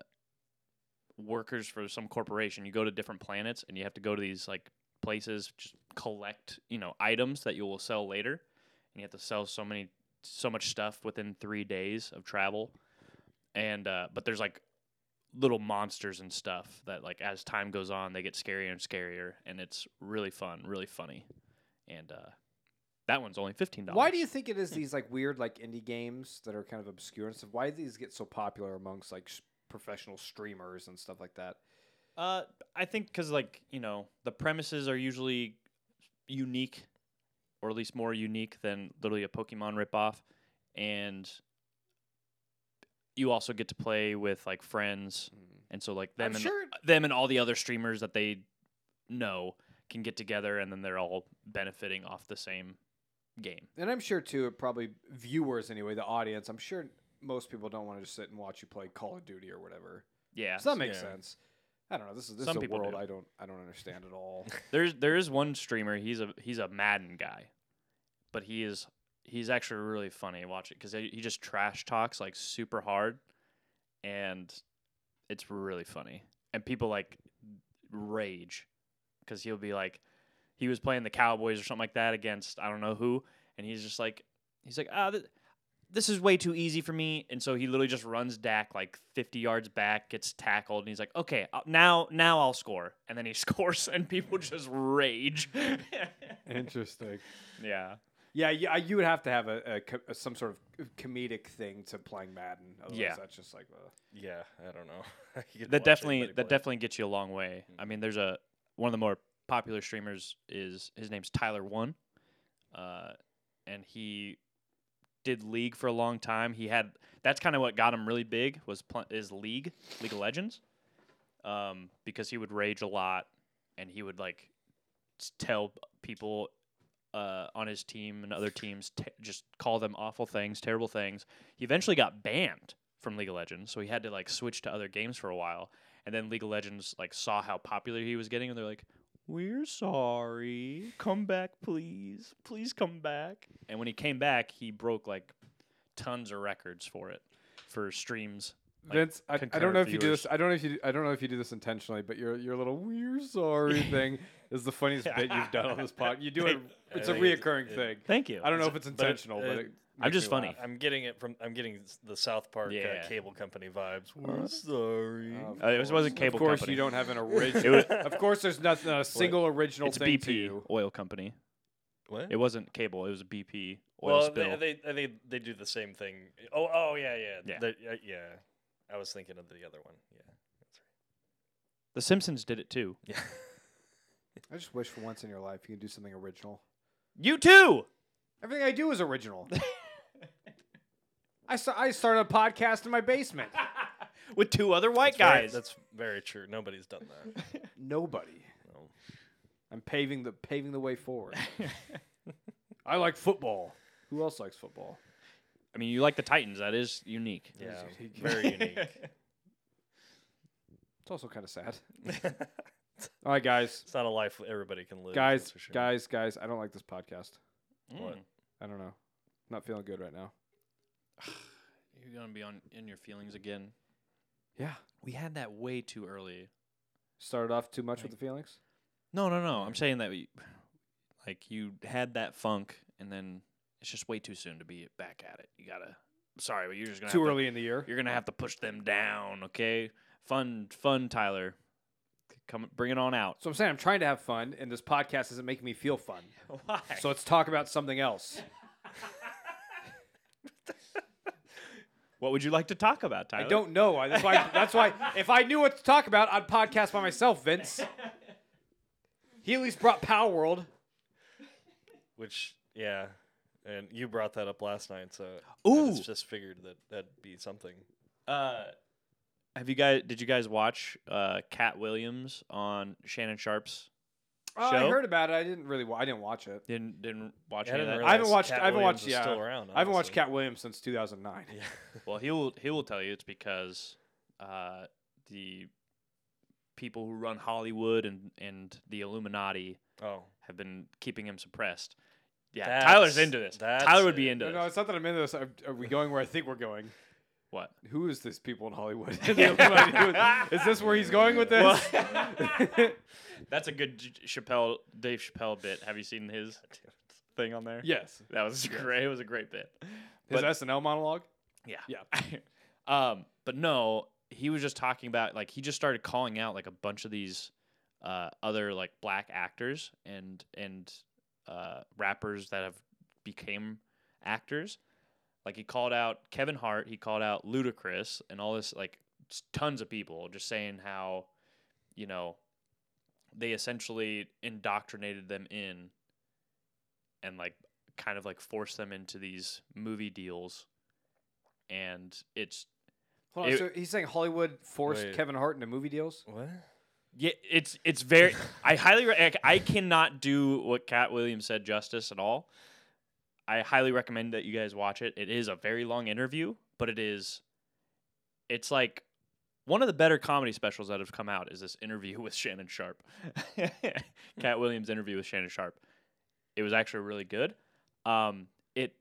S2: workers for some corporation. You go to different planets and you have to go to these like places just collect you know items that you will sell later, and you have to sell so many so much stuff within three days of travel. And uh, but there's like little monsters and stuff that like as time goes on they get scarier and scarier and it's really fun really funny and uh that one's only $15
S1: Why do you think it
S2: Hmm.
S1: is these like weird like indie games that are kind of obscure and stuff? Why do these get so popular amongst like s professional streamers and stuff like that?
S2: uh i think because like you know the premises are usually unique or at least more unique than literally a pokemon ripoff and you also get to play with like friends and so like Hmm. them
S1: I'm
S2: and
S1: sure.
S2: them and all the other streamers that they know can get together and then they're all benefiting off the same game.
S1: And I'm sure too. It probably viewers anyway, the audience. I'm sure most people don't want to just sit and watch you play Call of Duty or whatever.
S2: Yeah.
S1: So that makes
S3: Yeah.
S1: sense. I don't know. This is this is
S2: Some
S1: a
S2: people
S1: world
S2: do.
S1: I don't I don't understand at all.
S2: There's there is one streamer, he's a he's a Madden guy. But he is he's actually really funny. Watch it cuz he just trash talks like super hard and it's really funny. And people like rage cuz he'll be like he was playing the Cowboys or something like that against I don't know who and he's just like he's like ah th- this is way too easy for me and so he literally just runs Dak like 50 yards back gets tackled and he's like okay uh, now now I'll score and then he scores and people just rage
S1: Interesting.
S2: yeah
S1: Yeah, you, I- you would have to have a, a, co- some sort of uh, comedic thing to playing Madden. Otherwise,
S2: Yeah.
S1: that's just like. Uh,
S3: yeah, I don't know. I could
S2: that
S3: watch
S2: definitely
S3: anybody
S2: that
S3: play.
S2: definitely gets you a long way I mean there's a one of the more popular streamers is his name's Tyler One uh and he did league for a long time. He had that's kind of what got him really big was pl- is league League of Legends, um, because he would rage a lot and he would like s- tell people uh, on his team and other teams t- just call them awful things, terrible things. He eventually got banned from League of Legends, so he had to like switch to other games for a while. And then League of Legends like saw how popular he was getting, and they're like, "We're sorry, come back, please, please come back." And when he came back, he broke like tons of records for it for streams. like,
S1: Vince, I, I don't
S2: concurrent
S1: know if you do
S2: viewers.
S1: this. I don't know if you. do- I don't know if you do this intentionally, but your your little "we're sorry" thing is the funniest bit you've done on this pod. You do it.
S3: I
S1: It's a
S3: think it's-
S1: reoccurring
S3: it-
S1: thing.
S2: Thank you.
S1: I don't know
S3: It's-
S1: if it's
S3: but it-
S1: intentional, but
S3: it-
S1: it,
S2: I'm
S1: makes
S2: just
S1: me
S2: funny.
S1: laugh.
S3: I'm getting it from. I'm getting s- the South Park
S2: Yeah.
S3: uh, cable company vibes. We're sorry.
S1: Of
S2: Uh, it was- wasn't
S1: course.
S2: cable
S1: Of course,
S2: company.
S1: you don't have an
S2: It
S1: original.
S2: was-
S1: of course, there's nothing. Not a single original
S2: it's
S1: thing
S2: BP
S1: to you.
S2: oil company.
S3: what?
S2: It wasn't cable. It was BP oil
S3: well,
S2: spill.
S3: they, they I think they do the same thing. Oh oh yeah yeah
S2: Yeah.
S3: The- uh, yeah. I was thinking of the other one. Yeah.
S2: the Simpsons did it too.
S3: Yeah.
S1: I just wish for once in your life you could do something original.
S2: You too.
S1: Everything I do is original. I, sa- I started a podcast in my basement.
S2: with two other white
S3: That's very-
S2: guys.
S3: that's very true. Nobody's done that.
S1: Nobody.
S3: No.
S1: I'm paving the paving the way forward. I like football. Who else likes football?
S2: I mean, you like the Titans. That is unique.
S3: Yeah,
S1: unique.
S3: very unique.
S1: It's also kind of sad.
S3: it's
S1: All right, guys,
S3: not a life everybody can live.
S1: guys,
S3: that's for sure.
S1: guys, guys. I don't like this podcast.
S3: What?
S2: Mm.
S1: I don't know. Not feeling good right now.
S2: You're gonna be on in your feelings again.
S1: Yeah.
S2: We had that way too early.
S1: Started off too much with the feelings.
S2: No, no, no. I'm saying that we, like, you had that funk, and then it's just way too soon to be back at it. You gotta. Sorry, but you're just gonna have to-
S1: in the year.
S2: you're gonna have to push them down. Okay, fun, fun, Tyler. Come, bring it on out.
S1: So I'm saying I'm trying to have fun, and this podcast isn't making me feel fun.
S2: Why?
S1: So let's talk about something else.
S2: What would you like to talk about, Tyler?
S1: I don't know. I- That's why. That's why. If I knew what to talk about, I'd podcast by myself, Vince. He at least brought Power World.
S3: Which, yeah, and you brought that up last night, so I
S2: Ooh.
S3: just- just figured that that'd be something.
S2: Uh, have you guys? Did you guys watch uh, Cat Williams on Shannon Sharp's?
S1: Oh, I
S2: Show?
S1: heard about it. I didn't really. wa- I didn't watch it.
S2: Didn't didn't watch
S3: I
S2: any of
S3: didn't
S2: that.
S1: I haven't
S3: realize
S1: watched-
S3: Cat
S1: I haven't
S3: Williams
S1: watched-
S3: was
S1: yeah.
S3: Still around.
S1: I haven't watched
S3: honestly.
S1: Cat Williams since 2009.
S3: Yeah.
S2: Well, he will he will tell you it's because uh, the people who run Hollywood and and the Illuminati
S3: Oh,
S2: have been keeping him suppressed. Yeah, Tyler's
S3: That's-
S2: into this.
S3: that's
S2: Tyler would be
S3: it.
S2: into
S1: No,
S2: this.
S1: no, it's not that I'm into this. Are, are we going where I think we're going?
S2: what?
S1: Who is this people in Hollywood? is this where he's going with this?
S2: That's a good J- Chappelle Dave Chappelle bit. Have you seen his thing on there?
S1: yes.
S2: that was great. It was a great bit.
S1: His
S2: But-
S1: SNL monologue?
S2: Yeah.
S1: Yeah.
S2: um, but no, he was just talking about like he just started calling out like a bunch of these uh, other like black actors and and uh, rappers that have became actors. Like he called out Kevin Hart, he called out Ludacris, and all this like s- tons of people just saying how you know they essentially indoctrinated them in and like kind of like forced them into these movie deals and it's
S1: Hold on.
S2: It-
S1: so he's saying Hollywood forced
S3: Wait.
S1: Kevin Hart into movie deals?
S3: what?
S2: yeah it's it's very i highly re- I, I cannot do what cat williams said justice at all i highly recommend that you guys watch it it is a very long interview but it is it's like one of the better comedy specials that have come out is this interview with shannon sharp cat williams interview with shannon sharp it was actually really good um it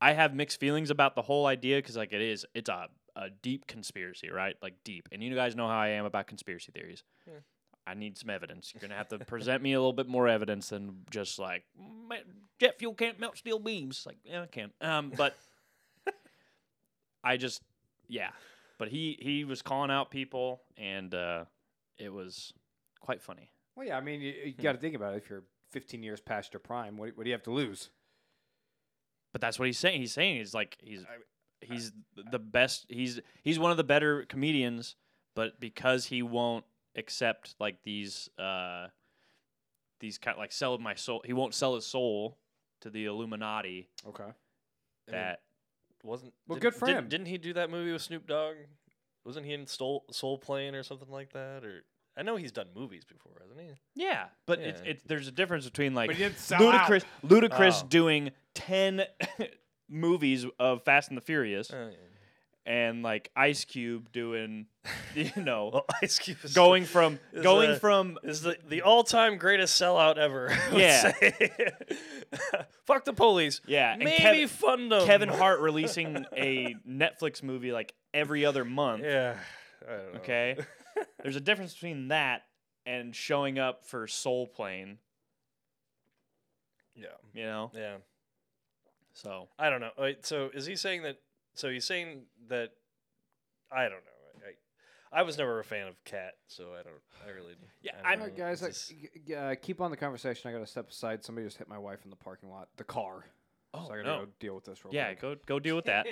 S2: i have mixed feelings about the whole idea because like it is it's a a deep conspiracy right like deep and you guys know how i am about conspiracy theories
S3: Yeah.
S2: i need some evidence you're gonna have to present me a little bit more evidence than just like "Ma- jet fuel can't melt steel beams like yeah i can um but i just yeah but he he was calling out people and uh it was quite funny
S1: Well, yeah. I mean, you, you got to think about it. If you're 15 years past your prime, what, what do you have to lose?
S2: But that's what he's saying. He's saying he's like he's he's the best. He's he's one of the better comedians, but because he won't accept like these uh these kind like sell my soul. He won't sell his soul to the Illuminati.
S1: Okay.
S3: I mean,
S2: That
S3: wasn't.
S1: Well,
S3: did-
S1: good for
S3: did-
S1: him.
S3: Didn't he do that movie with Snoop Dogg? Wasn't he in Soul, Soul Plane or something like that? Or I know he's done movies before, hasn't he?
S2: yeah, but it's
S3: Yeah.
S2: it's there's a difference between like
S1: But he didn't sell out.
S2: ludicrous ludicrous
S3: Oh.
S2: doing ten movies of Fast and the Furious
S3: Oh, yeah.
S2: and like Ice Cube doing you know.
S3: Well, Ice Cube is
S2: Going from
S3: is
S2: going
S3: a-
S2: from
S3: is the, the all time greatest sellout ever. I would
S2: Yeah.
S3: say. Fuck the police.
S2: Yeah, and
S3: Maybe
S2: Kev-
S3: fund them.
S2: Kevin Hart releasing a Netflix movie like every other month.
S3: Yeah. I don't know.
S2: Okay. There's a difference between that and showing up for Soul Plane,
S3: Yeah.
S2: you know?
S3: Yeah.
S2: So
S3: I don't know. Wait, so is he saying that? So he's saying that? I don't know. I, I, I was never a fan of Cat, so I don't. I really.
S2: Yeah,
S3: I
S2: I'm-
S1: All right,
S3: don't know.
S1: guys,
S3: It's
S1: like,
S3: just-
S1: g- g- uh, keep on the conversation. I got to step aside. Somebody just hit my wife in the parking lot. The car.
S2: Oh,
S1: so I got to
S2: no.
S1: go deal with this real
S2: yeah,
S1: quick.
S2: go go deal with that.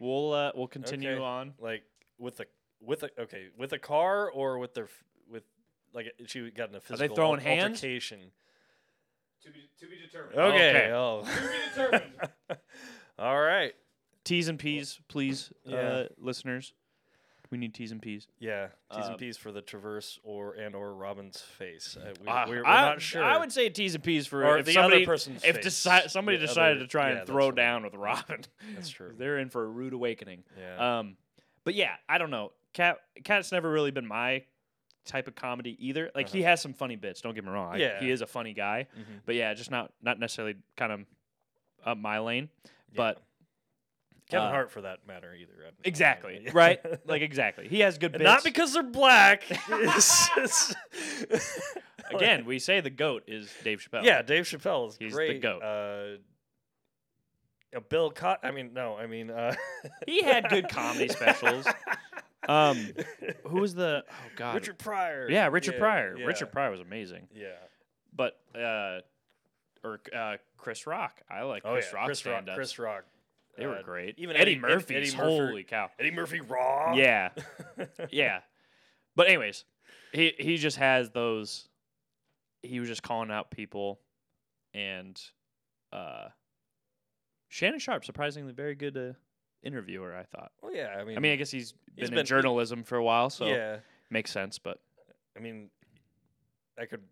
S2: We'll uh, we'll continue
S3: Okay.
S2: on.
S3: like with a with a okay with a car or with their f- with like she got in a physical
S2: throwing
S3: al-
S2: hands?
S3: altercation.
S1: To be, to be determined.
S2: Okay.
S3: Okay.
S1: To
S3: Oh.
S1: be determined.
S3: All right.
S2: T's and P's, please,
S3: Yeah.
S2: uh, listeners. We need T's and P's.
S3: Yeah. T's
S2: Uh,
S3: and P's for the Traverse or and or Robin's face. Uh, we,
S2: Uh,
S3: we're we're
S2: I,
S3: not sure.
S2: I would say T's and P's for
S3: Or
S2: if
S3: the
S2: somebody,
S3: other person's
S2: if
S3: face.
S2: deci- somebody
S3: The
S2: decided
S3: other-
S2: to try
S3: yeah,
S2: and
S3: that's
S2: throw
S3: right.
S2: down with Robin.
S3: That's true.
S2: They're in for a rude awakening.
S3: Yeah.
S2: Um, but yeah, I don't know. Cat Cat's never really been my type of comedy either. Like he has some funny bits. Don't get me wrong. I-
S3: Uh-huh. Yeah.
S2: he is a funny guy.
S3: Mhm.
S2: But yeah, just not not necessarily kind of up my lane.
S3: Yeah.
S2: But
S3: Kevin
S2: uh,
S3: Hart, for that matter, either. I- I don't
S2: exactly
S3: know.
S2: right, like exactly. He has good
S3: And
S2: bits.
S3: not because they're black. It's just-
S2: again we say the goat is Dave Chappelle.
S3: yeah, Dave Chappelle is
S2: He's the
S3: great.
S2: goat.
S3: Uh, uh, Bill Cot. I mean, no, I mean. Uh,
S2: he had good comedy specials. Um, who was the oh god
S3: Richard Pryor.
S2: Yeah, Richard Pryor.
S3: yeah,
S2: Richard Pryor was amazing.
S3: Yeah.
S2: But uh, or uh, Chris Rock. I like
S3: Oh
S2: Chris
S3: yeah.
S2: Rock
S3: Chris Rock.
S2: stand-ups.
S3: Chris Rock.
S2: They were
S3: Uh,
S2: great.
S3: even
S2: Eddie,
S3: Eddie- Ed-
S2: Murphy.
S3: Eddie Murphy.
S2: holy cow.
S3: Eddie Murphy Raw.
S2: Yeah, yeah. But anyways, he he just has those. He was just calling out people, and uh, Shannon Sharp surprisingly very good uh, interviewer. I thought.
S3: well, Oh, yeah. I mean,
S2: I mean, I guess he's been
S3: he's
S2: in
S3: been-
S2: journalism for a while, so
S3: yeah.
S2: makes sense. But
S3: I mean, I could.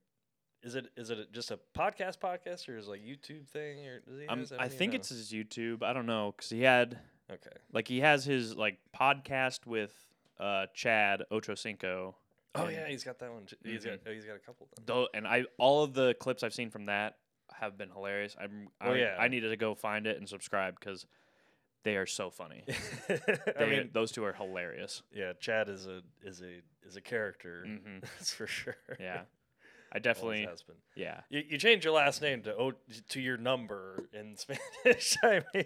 S3: Is it is it just a podcast podcast or is it like YouTube thing or does he?
S2: um,
S3: has- don't
S2: I
S3: even
S2: think
S3: know.
S2: it's his YouTube. I don't know because he had
S3: okay.
S2: like he has his like podcast with uh Chad Ochocinco.
S3: Oh
S2: and
S3: yeah, he's got that one. Too. He's
S2: Mm-hmm.
S3: got oh, he's got a couple. Of them.
S2: Though, and I all of the clips I've seen from that have been hilarious. I'm, I,
S3: Oh, yeah.
S2: I needed to go find it and subscribe because they are so funny.
S3: I
S2: They,
S3: mean,
S2: those two are hilarious.
S3: yeah, Chad is a is a is a character.
S2: Mhm.
S3: That's for sure.
S2: Yeah, I
S3: Always
S2: definitely.
S3: has been.
S2: Yeah,
S3: You, you change your last name to o, to your number in Spanish. I mean,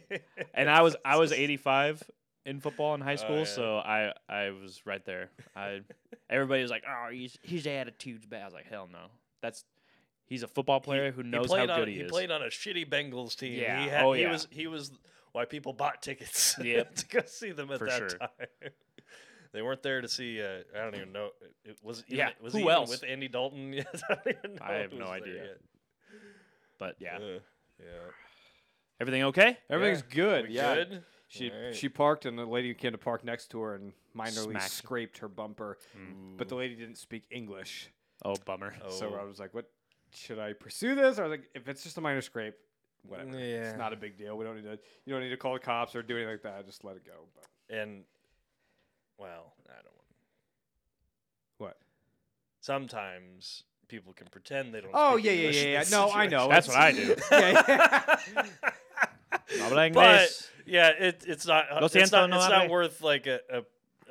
S2: and I was I was 85 in football in high school,
S3: Oh, yeah.
S2: so I I was right there. I everybody was like, oh, he's his attitude's bad. I was like, hell no. That's he's a football player who knows how
S3: played
S2: good
S3: on,
S2: he, is.
S3: played on a shitty Bengals team.
S2: Yeah,
S3: He, had,
S2: oh,
S3: he
S2: yeah.
S3: was he was why people bought tickets
S2: Yep.
S3: to go see them at
S2: For
S3: that
S2: sure.
S3: time. they weren't there to see. Uh, I don't even know. It- It was even,
S2: Yeah,
S3: Was
S2: who
S3: he even
S2: else?
S3: with Andy Dalton? Yes, I don't even know.
S2: I have
S3: who
S2: no
S3: was there
S2: idea.
S3: yet.
S2: but yeah,
S3: Ugh, yeah.
S2: everything okay?
S1: Everything's good.
S3: We
S1: Yeah.
S3: good?
S1: She
S3: All right.
S1: she parked, and the lady who came to park next to her and minorly
S2: Smacked.
S1: scraped her bumper. But the lady didn't speak English,
S2: Oh bummer.
S1: so
S3: Hmm. Oh.
S1: I was like, "What should I pursue this?" I was like, "If it's just a minor scrape, whatever.
S3: Yeah.
S1: It's not a big deal. We don't need to. You don't need to call the cops or do anything like that. Just let it go." But
S3: and well, I don't want.
S1: what?
S3: Sometimes people can pretend they don't.
S1: Oh
S3: speak
S1: yeah, yeah,
S3: English
S1: yeah,
S3: in
S1: yeah.
S3: this
S1: No, I know.
S2: That's
S1: It's-
S2: what I do.
S1: Yeah, yeah.
S2: Habla
S3: but
S2: inglés.
S3: yeah, it, it's not. uh,
S2: Lo
S3: it's not,
S2: siento, no
S3: it's not
S2: hable.
S3: worth like a, a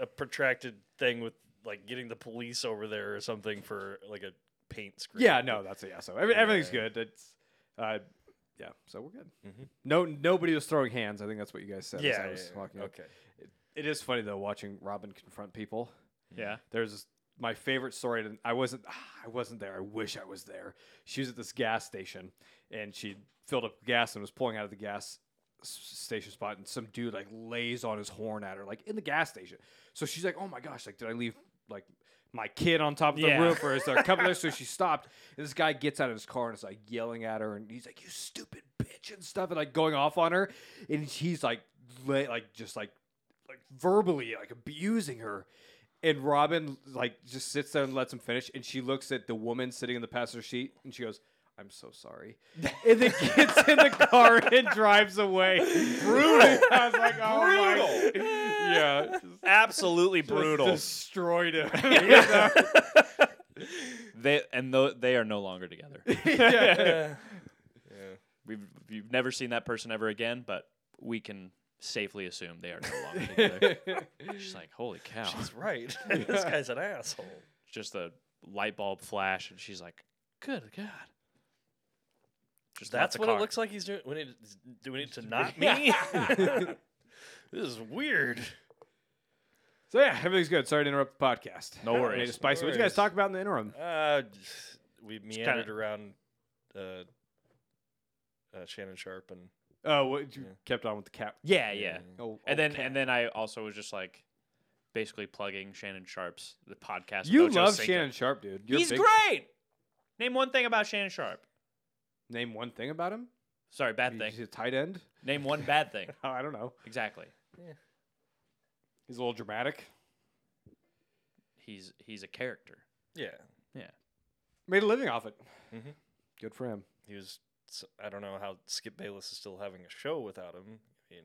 S3: a protracted thing with like getting the police over there or something for like a paint screen.
S1: Yeah, no, that's a yeah. Mm-hmm. So every, everything's
S3: Yeah.
S1: good. It's, uh, yeah. So we're good.
S3: Mhm.
S1: No, nobody was throwing hands. I think that's what you guys said. as
S3: Yeah.
S1: I
S3: yeah,
S1: was
S3: yeah.
S1: walking up.
S3: okay.
S1: It is funny though watching Robin confront people.
S2: yeah.
S1: There's this- my favorite story, and I wasn't. ah, I wasn't there. I wish I was there. She was at this gas station, and she filled up gas and was pulling out of the gas s- station spot, and some dude like lays on his horn at her, like in the gas station. So she's like, "Oh my gosh! Like, did I leave like my kid on top of the
S2: Yeah.
S1: roof, or is there a couple there?" So she stopped, and this guy gets out of his car and is like yelling at her, and he's like, "You stupid bitch!" and stuff, and like going off on her, and he's like, lay, like just like like verbally like abusing her. And Robin like just sits there and lets him finish. And she looks at the woman sitting in the passenger seat and she goes, "I'm so sorry." And then gets in the car and drives away. Brutal. I was like, "Oh
S2: Brutal.
S1: my." Yeah, just- just
S2: Absolutely brutal.
S1: destroyed him.
S2: They and though they are no longer together.
S1: yeah.
S3: Yeah.
S2: We've you've never seen that person ever again, but we can safely assume they are no longer together. She's like, holy cow!
S3: She's right. this guy's an asshole.
S2: just a light bulb flash, and she's like, good god. Just left
S3: That's
S2: the
S3: what
S2: car.
S3: it looks like he's doing. We need, doing it to not me. This is weird.
S1: So yeah, everything's good. Sorry to interrupt the podcast.
S2: No
S1: Made
S2: worries.
S1: it spicy.
S3: No
S1: What'd you guys
S3: worries.
S1: talk about in the interim?
S3: Uh, we meandered
S2: kinda-
S3: around uh, uh, Shannon Sharp and
S1: Oh, what, you
S3: Yeah.
S1: kept on with the cat.
S2: Yeah, yeah.
S1: Oh,
S2: Mm. And
S1: oh,
S2: then
S1: cat.
S2: and then I also was just like, basically plugging Shannon Sharp's the podcast. with
S1: you
S2: Ocho
S1: love
S2: Cinco.
S1: Shannon Sharp, dude. You're a
S2: He's
S1: big
S2: great. Name one thing about Shannon Sharp.
S1: Name one thing about him.
S2: Sorry, bad
S1: He's
S2: thing.
S1: a tight end.
S2: Name one bad thing.
S1: I don't know.
S2: Exactly.
S1: He's a little dramatic.
S2: He's he's a character.
S3: Yeah,
S1: Made a living off it.
S2: Mm-hmm.
S3: Mhm.
S1: Good for him.
S3: he was. s- I don't know how Skip Bayless is still having a show without him. I mean,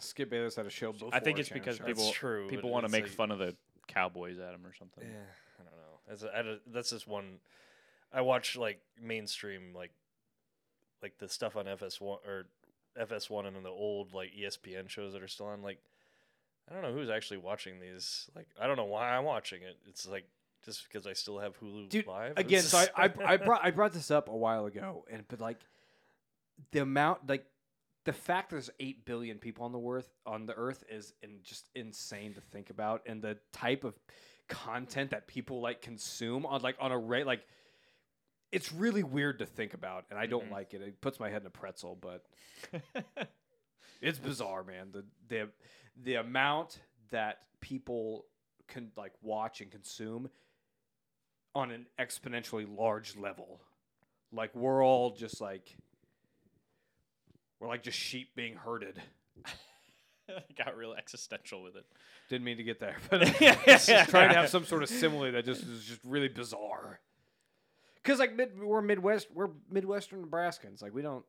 S1: Skip Bayless had a show before.
S2: I think it's
S1: Shannon
S2: because
S1: Sharp.
S3: That's
S2: people
S3: true,
S2: people
S3: but
S2: want to
S3: it's
S2: make
S3: like-
S2: fun of the Cowboys at him or something.
S3: Yeah, I don't know. That's a, I don't- that's just one. I watch like mainstream like like the stuff on FS1 or FS1 and then the old like E ESPN shows that are still on. Like I don't know who's actually watching these. Like I don't know why I'm watching it. It's like just because I still have Hulu
S1: Dude,
S3: Live
S1: again.
S3: It's
S1: So I,
S3: just-
S1: I, I brought I brought this up a while ago, and but like the amount, like the fact there's eight billion people on the worth on the earth is in, just insane to think about, and the type of content that people like consume on like on a rate like it's really weird to think about, and I don't
S3: Mhm.
S1: like it. It puts my head in a pretzel, but it's bizarre, man. The the the amount that people can like watch and consume on an exponentially large level. Like we're all just like we're like just sheep being herded.
S2: Got real existential with it.
S1: Didn't mean to get there, but I'm just trying to have some sort of simile that just is just really bizarre. Cause like mid, we're Midwest, we're Midwestern Nebraskans. Like we don't,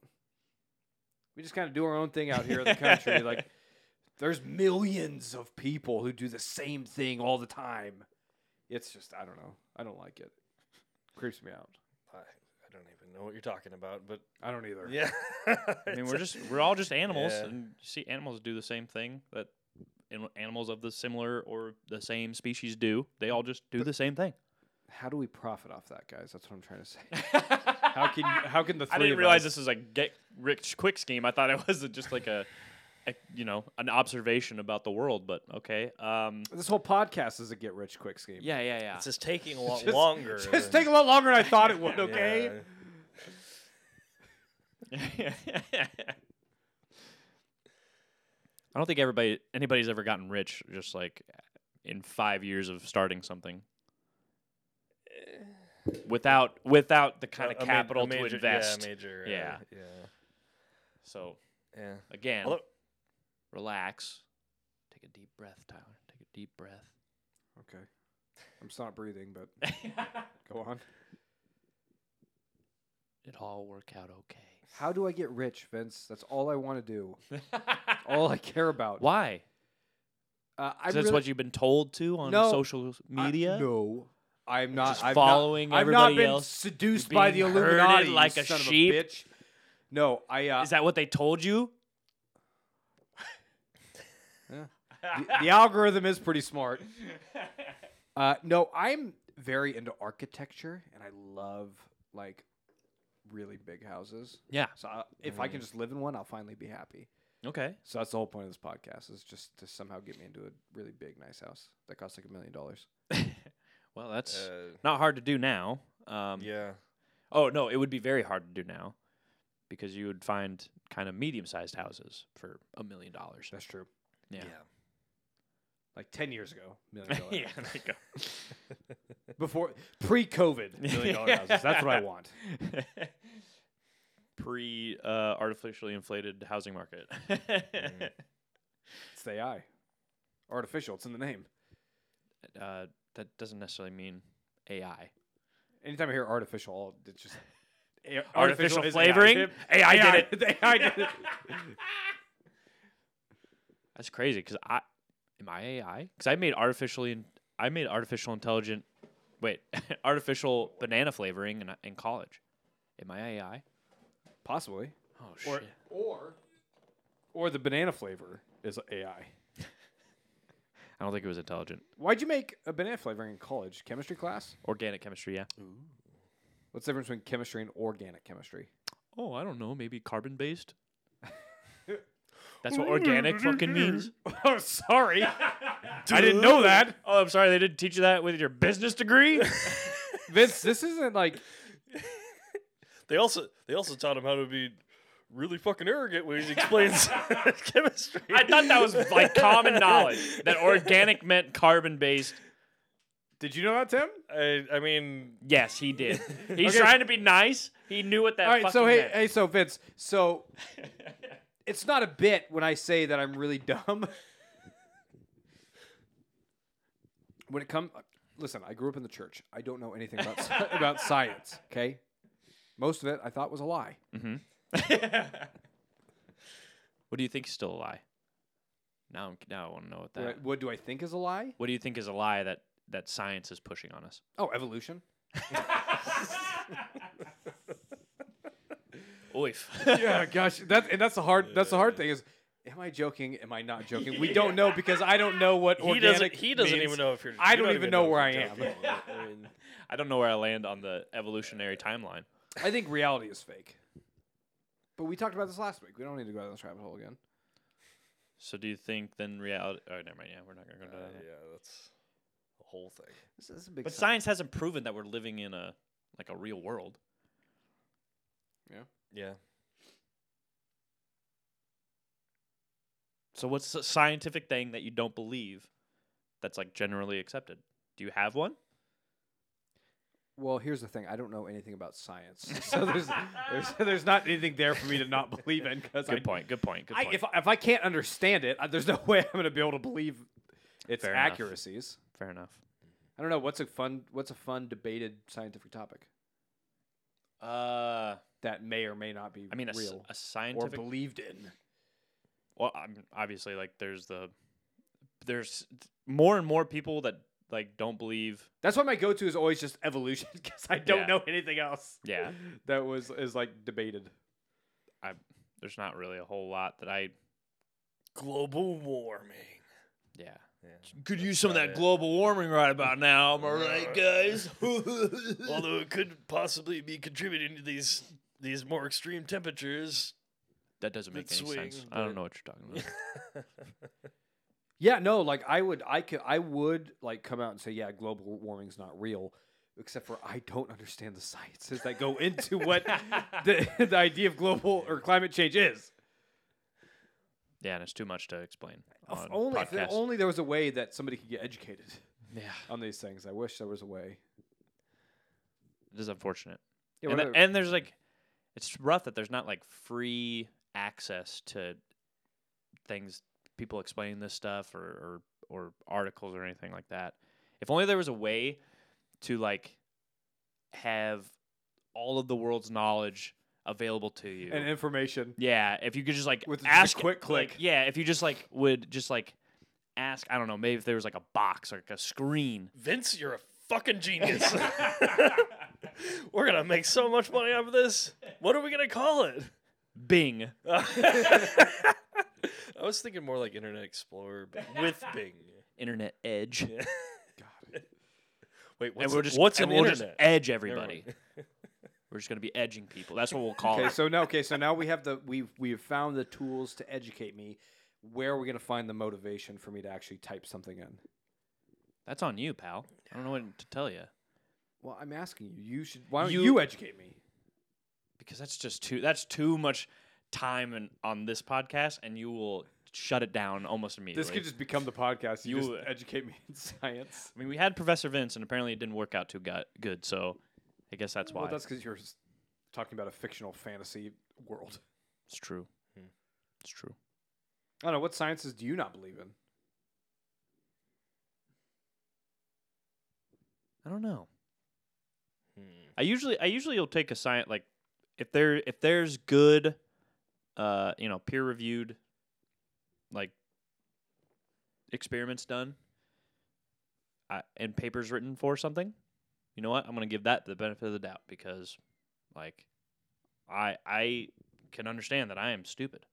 S1: we just kind of do our own thing out here in the country. like there's millions of people who do the same thing all the time. It's just I don't know. I don't like it. Creeps me out.
S3: I, I don't even know what you're talking about, but
S1: I don't either.
S3: yeah.
S2: I mean,
S3: It's
S2: we're
S3: a-
S2: just we're all just animals,
S3: Yeah.
S2: and you see, animals do the same thing that an- animals of the similar or the same species do. They all just do the same thing.
S1: How do we profit off that, guys? That's what I'm trying to say. How can how can the three
S2: I didn't
S1: of
S2: realize
S1: us-
S2: this was a get rich quick scheme. I thought it was just like a, a you know, an observation about the world. But okay, um,
S1: this whole podcast is a get rich quick scheme.
S2: yeah, yeah, yeah.
S3: It's just taking a lot
S1: Just-
S3: longer.
S1: Just
S3: than-
S1: take a lot longer than I thought it would.
S3: Yeah.
S1: Okay.
S2: I don't think everybody anybody's ever gotten rich just like in five years of starting something without without the kind
S3: A-
S2: of
S3: a ma- a
S2: capital
S3: major-
S2: to invest.
S3: Yeah, major. uh,
S2: Yeah.
S3: yeah.
S2: so
S3: Yeah.
S2: again,
S3: Although-
S2: relax, take a deep breath, Tyler. Take a deep breath.
S1: Okay. I'm just not breathing, but go on.
S2: It'll all work out okay.
S1: How do I get rich, Vince? That's all I want to do. All I care about.
S2: Why?
S1: Uh, I
S2: 'Cause That's
S1: really-
S2: what you've been told to on
S1: No,
S2: social s-
S1: I-
S2: media.
S1: no, I'm not.
S2: Just
S1: I'm
S2: following
S1: not, I've
S2: everybody
S1: not been
S2: else.
S1: Seduced
S2: You're
S1: by the
S2: being herded
S1: Illuminati, you
S2: like a
S1: son of
S2: sheep.
S1: bitch. No, I. Uh,
S2: Is that what they told you?
S1: the, the algorithm is pretty smart. Uh, no, I'm very into architecture, and I love like really big houses.
S2: Yeah.
S1: So I, if I can just live in one, I'll finally be happy.
S2: Okay.
S1: So that's the whole point of this podcast is just to somehow get me into a really big, nice house that costs like a million dollars.
S2: Well, that's
S3: Uh,
S2: not hard to do now. Um,
S3: yeah.
S2: Oh no, it would be very hard to do now because you would find kind of medium-sized houses for a million dollars.
S1: That's true.
S2: Yeah.
S1: Like ten years ago, million dollar.
S2: Yeah,
S1: house.
S2: there you go.
S1: Before pre-COVID, million dollar houses. That's what I want.
S2: Pre uh, artificially inflated housing market. Mm.
S1: It's the AI, artificial. It's in the name.
S2: uh, that doesn't necessarily mean AI.
S1: Anytime I hear artificial, all- it's just A-
S2: Artificial
S1: is
S2: flavoring? AI did it.
S1: AI did it.
S2: That's crazy because I am I AI because I made artificially in- I made artificial intelligent wait artificial banana flavoring in, in college. Am I AI?
S1: Possibly,
S2: Oh
S1: or
S2: shit!
S1: or or the banana flavor is AI.
S2: I don't think it was intelligent.
S1: Why'd you make a banana flavoring in college? Chemistry class?
S2: Organic chemistry, yeah.
S1: What's the difference between chemistry and organic chemistry?
S2: Oh, I don't know. Maybe carbon based. That's what organic fucking means.
S1: oh, sorry. I didn't know that.
S2: Oh, I'm sorry. They didn't teach you that with your business degree.
S1: Vince, this isn't like
S3: They also they also taught him how to be really fucking arrogant when he explains chemistry.
S2: I thought that was like common knowledge that organic meant carbon based.
S1: Did you know that, Tim?
S3: I, I mean,
S2: Yes, he did. He's
S1: Okay.
S2: trying to be nice. He knew what that.
S1: All right, so
S2: fucking
S1: hey,
S2: meant.
S1: hey, so Vince, so it's not a bit when I say that I'm really dumb. when it comes, listen, I grew up in the church. I don't know anything about sci- about science. Okay, most of it I thought was a lie.
S2: What do you think is still a lie? Now, I'm, now I want to know what that.
S1: What, what do I think is a lie?
S2: What do you think is a lie that that science is pushing on us?
S1: Oh, evolution.
S2: Oif.
S1: yeah, gosh, that and that's the hard. That's the hard thing is. Am I joking? Am I not joking? We don't know because I don't know what
S3: he doesn't. He doesn't even know if you're.
S1: I
S3: you
S1: don't even know where
S3: if
S1: I
S3: you're
S1: am.
S3: joking. I mean,
S2: I don't know where I land on the evolutionary timeline.
S1: I think reality is fake. But we talked about this last week. We don't need to go down this rabbit hole again.
S2: So do you think then reality? Oh, never mind. Yeah, we're not gonna go
S3: uh,
S2: down that.
S3: yeah, that's the whole thing.
S1: This is a big.
S2: But science hasn't proven that we're living in a like a real world.
S3: Yeah.
S2: So what's the scientific thing that you don't believe that's like generally accepted? Do you have one?
S1: well, here's the thing. I don't know anything about science, so there's there's, there's not anything there for me to not believe in. Because
S2: Good point. Good point. Good
S1: I,
S2: point.
S1: if I, if I can't understand it, I, there's no way I'm going to be able to believe its
S2: Fair enough.
S1: accuracies.
S2: Fair enough.
S1: I don't know what's a fun what's a fun debated scientific topic
S2: Uh,
S1: that may or may not be
S2: I mean, a, s-
S1: real
S2: a
S1: or
S2: scientific.
S1: believed in.
S2: well, I'm obviously like there's the there's more and more people that like don't believe.
S1: That's why my go-to is always just evolution because I don't
S2: Yeah.
S1: know anything else.
S2: Yeah.
S1: that was is like debated.
S2: There's not really a whole lot that I.
S3: Global warming.
S2: Yeah.
S3: Yeah.
S2: Could
S3: use some of that
S2: global warming right about now. Am
S3: I right, guys?
S2: Although,
S3: Although it could possibly be contributing to these these more extreme temperatures.
S2: that doesn't make
S3: That
S2: any sense.
S3: swing,
S2: I don't
S3: but-
S2: know what you're talking about.
S1: Yeah, no, like I would, I could, I would like come out and say, yeah, global warming's not real, except for I don't understand the sciences that go into what the, the idea of global or climate change is.
S2: Yeah, and it's too much to explain.
S1: If
S2: on
S1: only, if
S2: podcast.
S1: there- only there was a way that somebody could get educated
S2: yeah,
S1: on these things. I wish there was a way.
S2: it is unfortunate.
S1: Yeah,
S2: and,
S1: what
S2: the-
S1: are-
S2: and there's like, it's rough that there's not like free access to things, people explaining this stuff or or, or articles or anything like that. If only there was a way to like have all of the world's knowledge available to you.
S1: and information.
S2: Yeah, if you could just like
S1: With just a
S2: ask
S1: quick
S2: like,
S1: click.
S2: yeah, if you just like would just like ask, I don't know, maybe if there was like a box or like a screen.
S3: Vince, you're a fucking genius. We're gonna make so much money off of this. What are we gonna call it?
S2: Bing.
S3: I was thinking more like Internet Explorer but with Bing.
S2: Internet edge.
S3: Yeah. Wait,
S2: and
S3: what's,
S2: we're just
S3: what's
S2: and
S3: an
S2: we'll just
S3: internet?
S2: edge
S3: Never
S2: everybody.
S3: mind.
S2: We're just gonna be edging people. That's what we'll call
S1: Okay,
S2: it.
S1: so now, okay, so now we have the we we have found the tools to educate me. Where are we going to find the motivation for me to actually type something in?
S2: That's on you, pal. I don't know what to tell you
S1: Well, I'm asking you. You should. Why don't
S2: You-
S1: you educate me?
S2: because that's just too that's too much time and on this podcast, and you will shut it down almost immediately.
S1: This could just become the podcast. You,
S2: You-
S1: just educate me in science.
S2: I mean, we had Professor Vince, and apparently it didn't work out too go- good. So I guess that's why.
S1: Well, that's because you're s- talking about a fictional fantasy world.
S2: It's true.
S3: Hmm.
S2: It's true.
S1: I don't know. What sciences do you not believe in?
S2: I don't know.
S3: Hmm.
S2: I usually I usually will take a science like if there if there's good uh you know peer reviewed like experiments done I, and papers written for something, you know what? I'm going to give that the benefit of the doubt because like I I can understand that I am stupid.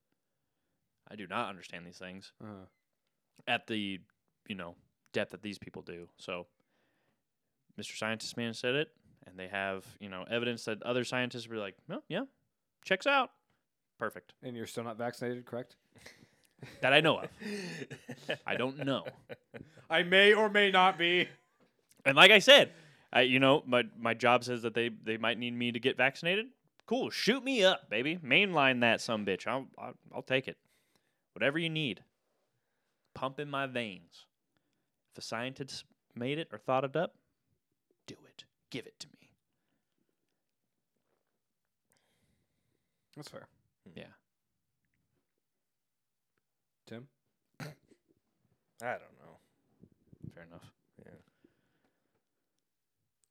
S2: I do not understand these things.
S1: Uh,
S2: at the you know depth that these people do. So, Mr. Scientist Man said it, and they have you know evidence that other scientists were like, no, yeah, checks out, perfect.
S1: and you're still not vaccinated, correct?
S2: That I know of.
S3: Hmm.
S2: I don't know.
S1: I may or may not be.
S2: And like I said, I you know my my job says that they they might need me to get vaccinated. Cool, shoot me up, baby. Mainline that some bitch. I'll, I'll I'll take it. Whatever you need. Pump in my veins. If a scientist made it or thought it up, do it. Give it to me.
S1: That's fair.
S2: Yeah.
S1: Tim?
S3: I don't know.
S2: Fair enough.